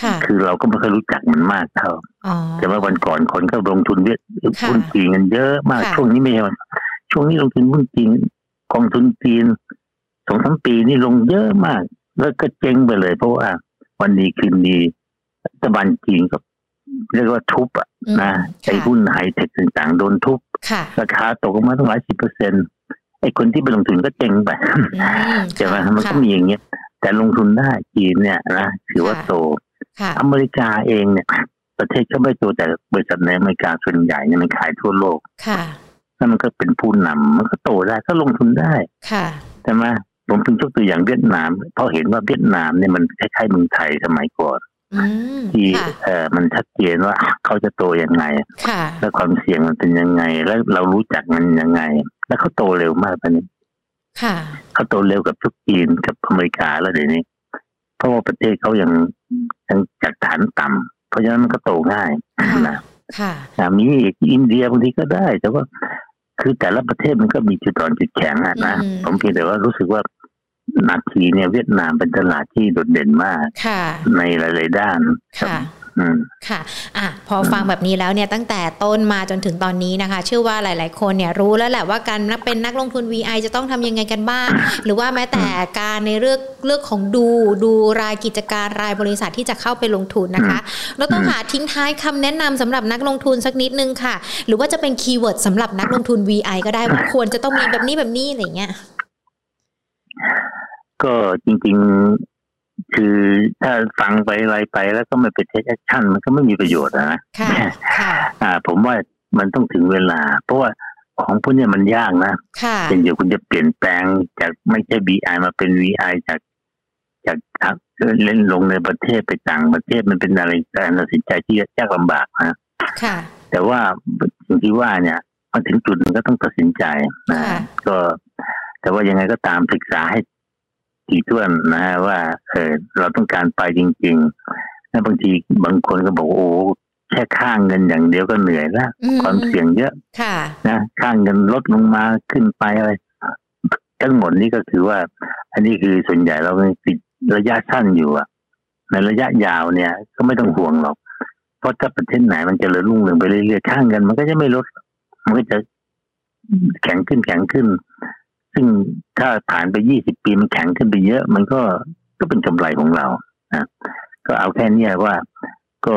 Speaker 1: ค่ะ
Speaker 2: คือเราก็ไม่ค่อยรู้จักมันมากเท่า
Speaker 1: อ๋อ
Speaker 2: แต่ว่าวันก่อนคนก็ลงทุนเวียด
Speaker 1: ค่ะ
Speaker 2: หุ้นจีนกันเยอะมาก
Speaker 1: ค่ะ
Speaker 2: ช่วงนี้ไม่ใช่มันช่วงนี้ลงทุนหุ้นจีนกองทุนจีนสองสามปีนี่ลงเยอะมาก แล้วก็เจ๊งไปเลย เพราะว่าวันดีคืนดีรัฐบาลจีนก็เรียกว่าทุบอะ
Speaker 1: อืม
Speaker 2: นะไอ้
Speaker 1: ค่ะ
Speaker 2: หุ้นไฮเทคต่างๆโดนทุบ
Speaker 1: ค่ะ
Speaker 2: ราคาตกลงมาตั้งหลายสิบเปอร์เซ็นต์ไอ้คนที่ไปลงทุนก็เจ๊งไป
Speaker 1: อืม
Speaker 2: ใช่ไหม
Speaker 1: ค่ะ
Speaker 2: มันก็มีอย่างเงี้ย แต่ลงทุนได้จีนเนี่ยนะถือว่าโต
Speaker 1: ค่ะ
Speaker 2: อเมริกาเองเนี่ย ประเทศก็ไม่โตแต่บริษัทในอเมริกาส่วนใหญ่เนี่ยมันขายทั่วโลก
Speaker 1: ค่ะ
Speaker 2: นั่นมันก็เป็นผู้นำมันก็โตได้ก็ลงทุนได้
Speaker 1: ค่ะ
Speaker 2: ใช่ไหมผมเพิ่งยกตัวอย่างเวียดนาม เพราะเห็นว่าเวียดนามเนี่ยมันคล้ายๆเมืองไทยสมัยก่อน
Speaker 1: อืม
Speaker 2: ที่
Speaker 1: ค่ะ
Speaker 2: เออมันชัดเจนว่าเขาจะโตยังไง
Speaker 1: ค่ะ
Speaker 2: และความเสี่ยงมันเป็นยังไง แล้วเรารู้จักมันยังไง แล้วเขาโตเร็วมากตอนนี้
Speaker 1: ค่ะ
Speaker 2: เขาโตเร็วกับทุกจีนกับอเมริกาแล้วเดี๋ยวนี้เพราะว่าประเทศเขายังยังจากฐานต่ำเพราะฉะนั้นมันก็โตง่ายนะ
Speaker 1: ค่ะ
Speaker 2: อ่ามีอีกอินเดียบางทีก็ได้ แต่ว่าคือแต่ละประเทศมันก็มีจุดอ่อนจุดแข็งอะนะ
Speaker 1: อืม
Speaker 2: ผมเพียงแต่ว่ารู้สึกว่านาทีเนี่ยเวียดนามเป็นตลาดที่โดดเด่นมาก
Speaker 1: ค่ะ
Speaker 2: ในหลายๆด้าน
Speaker 1: ค่ะ
Speaker 2: อืม
Speaker 1: ค่ะ อ่ะ พอฟังแบบนี้แล้วเนี่ยตั้งแต่ต้นมาจนถึงตอนนี้นะคะ เชื่อว่าหลาย ๆ คนเนี่ยรู้แล้วแหละว่าการนับเป็นนักลงทุน VI จะต้องทำยังไงกันบ้าง หรือว่าแม้แต่การในเรื่องเรื่องของดูดูรายกิจการรายบริษัทที่จะเข้าไปลงทุนนะคะ แล้วต้องหาทิ้งท้ายคำแนะนำสำหรับนักลงทุนสักนิดนึงค่ะ หรือว่าจะเป็นคีย์เวิร์ดสำหรับนักลงทุน VI ก็ได้ว่าควรจะต้องมีแบบนี้แบบนี้อะไรอย่างเงี้ย
Speaker 2: ก็จริงๆ คือถ้าฟังไปอะไรไปแล้วก็ไม่ไปเทคแอคชั่นมันก็ไม่มีประโยชน์อะนะ
Speaker 1: ค่ะ ค่ะ
Speaker 2: อ่า ผมว่ามันต้องถึงเวลา เพราะว่าของพวกเนี้มันยากนะ
Speaker 1: ค่ะ
Speaker 2: เช่นเดียวคุณจะเปลี่ยนแปลงจากไม่ใช่ BI มาเป็น VI จากจากทักเล่นลงในประเทศไปต่างประเทศมันเป็นอะไรการตัดสินใจที่ยากลำบากนะ
Speaker 1: ค่ะ
Speaker 2: แต่ว่าสิ่งที่ว่าเนี่ยมาถึงจุดหนึงก็ต้องตัดสินใจนะ
Speaker 1: ค่ะ
Speaker 2: ก็แต่ว่ายังไงก็ตามศึกษาให้ถี่ถ้วนนะฮะว่าเออเราต้องการไปจริงๆแล้วบางทีบางคนก็บอกว่าโอ้แค่ค่างเงินอย่างเดียวก็เหนื่อยแล้ว
Speaker 1: อื
Speaker 2: ความเสี่ยงเยอะ
Speaker 1: ค่ะ
Speaker 2: นะค่าเงินลดลงมาขึ้นไปอะไรทั้งหมดนี่ก็คือว่า อันนี้คือส่วนใหญ่เรายังติดระยะสั้นอยู่อะในระยะยาวเนี่ย ก็ไม่ต้องห่วงหรอก เพราะถ้าประเทศไหนมันเจริญรุ่งเรืองไปเรื่อยๆค่าเงินมันก็จะไม่ลด มันก็จะแข็งขึ้นแข็งขึ้น ซึ่งถ้าผ่านไปยี่สิบปีมันแข็งขึ้นไปเยอะ มันก็ก็เป็นกำไรของเรานะก็เอาแค่เนี้ยว่า ก็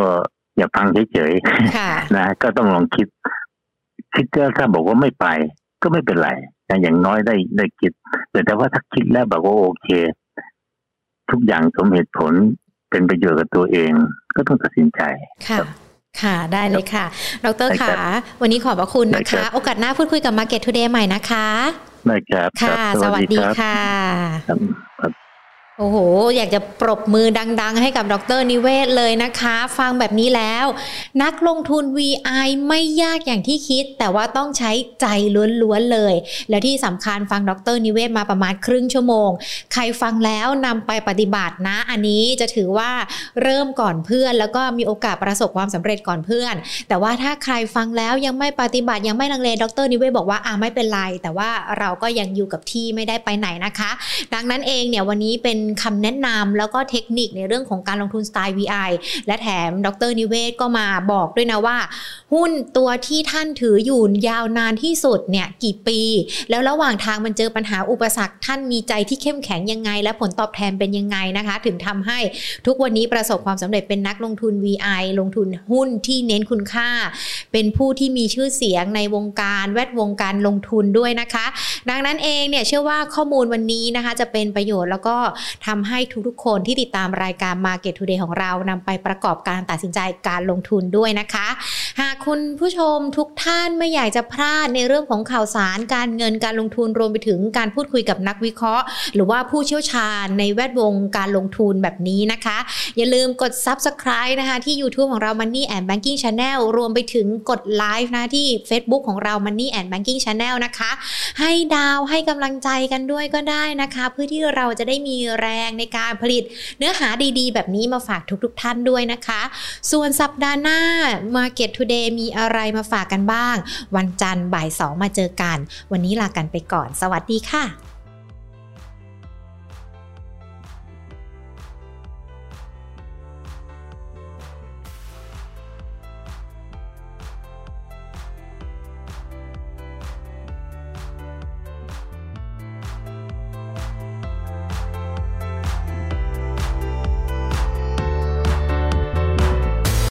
Speaker 2: อย่าฟังเฉยๆ
Speaker 1: ค่ะ
Speaker 2: นะก็ต้องลองคิด คิดก็ถ้าบอกว่าไม่ไป ก็ไม่เป็นไรนะอย่างน้อยได้ได้คิด แต่แต่ว่าถ้าคิดแล้วบอกว่าโอเค ทุกอย่างสมเหตุผลเป็นประโยชน์กับตัวเอง ก็ต้องตัดสินใจ
Speaker 1: ค่ะ ค่ะ ได้เลยค่ะ ดร
Speaker 2: ได้ครั
Speaker 1: ขา
Speaker 2: บ
Speaker 1: วันนี้ขอบพระคุณนะ
Speaker 2: ได้ครั
Speaker 1: คะ
Speaker 2: บ
Speaker 1: โอกาสหน้าพูดคุยกับ Market Today ใหม่นะคะ
Speaker 2: ได้ครับ
Speaker 1: ค่ะ
Speaker 2: รับ
Speaker 1: สวัสดี
Speaker 2: รับ
Speaker 1: ค่ะ
Speaker 2: ครับ
Speaker 1: โอ้โห อยากจะปรบมือดัง ๆ ให้กับดรนิเวศน์เลยนะคะ ฟังแบบนี้แล้ว นักลงทุน VI ไม่ยากอย่างที่คิด แต่ว่าต้องใช้ใจล้วน ๆ เลย และที่สำคัญฟังดรนิเวศน์มาประมาณครึ่งชั่วโมง ใครฟังแล้วนำไปปฏิบัตินะ อันนี้จะถือว่าเริ่มก่อนเพื่อน แล้วก็มีโอกาสประสบความสำเร็จก่อนเพื่อน แต่ว่าถ้าใครฟังแล้วยังไม่ปฏิบัติยังไม่ลังเลดรนิเวศน์บอกว่าอ่าไม่เป็นไร แต่ว่าเราก็ยังอยู่กับที่ไม่ได้ไปไหนนะคะ ดังนั้นเองเนี่ยวันนี้เป็น คำแนะนำแล้วก็เทคนิคในเรื่องของการลงทุนสไตล์ VI และแถมดรนิเวศก็มาบอกด้วยนะว่า หุ้นตัวที่ท่านถืออยู่ยาวนานที่สุดเนี่ยกี่ปี แล้วระหว่างทางมันเจอปัญหาอุปสรรค ท่านมีใจที่เข้มแข็งยังไง และผลตอบแทนเป็นยังไงนะคะ ถึงทำให้ทุกวันนี้ประสบความสำเร็จเป็นนักลงทุน VI ลงทุนหุ้นที่เน้นคุณค่า เป็นผู้ที่มีชื่อเสียงในวงการแวดวงการลงทุนด้วยนะคะ ดังนั้นเองเนี่ยเชื่อว่าข้อมูลวันนี้นะคะ จะเป็นประโยชน์แล้วก็ทำให้ทุกๆคนที่ติดตามรายการ Market Today ของเรานำไปประกอบการตัดสินใจการลงทุนด้วยนะคะ หากคุณผู้ชมทุกท่านไม่อยากจะพลาดในเรื่องของข่าวสารการเงินการลงทุนรวมไปถึงการพูดคุยกับนักวิเคราะห์ หรือว่าผู้เชี่ยวชาญในแวดวงการลงทุนแบบนี้นะคะ อย่าลืมกด subscribe นะคะ ที่ YouTube ของเรา Money and Banking Channel รวมไปถึงกดไลฟ์นะที่ Facebook ของเรา Money and Banking Channel นะคะ ให้ดาวให้กำลังใจกันด้วยก็ได้นะคะ เพื่อที่เราจะได้มีแรงในการผลิตเนื้อหาดีๆ แบบนี้มาฝากทุกๆทท่านด้วยนะคะ ส่วนสัปดาห์หน้า Market Today มีอะไรมาฝากกันบ้าง วันจันทร์บ่ายสองมาเจอกัน วันนี้ลากันไปก่อน สวัสดีค่ะ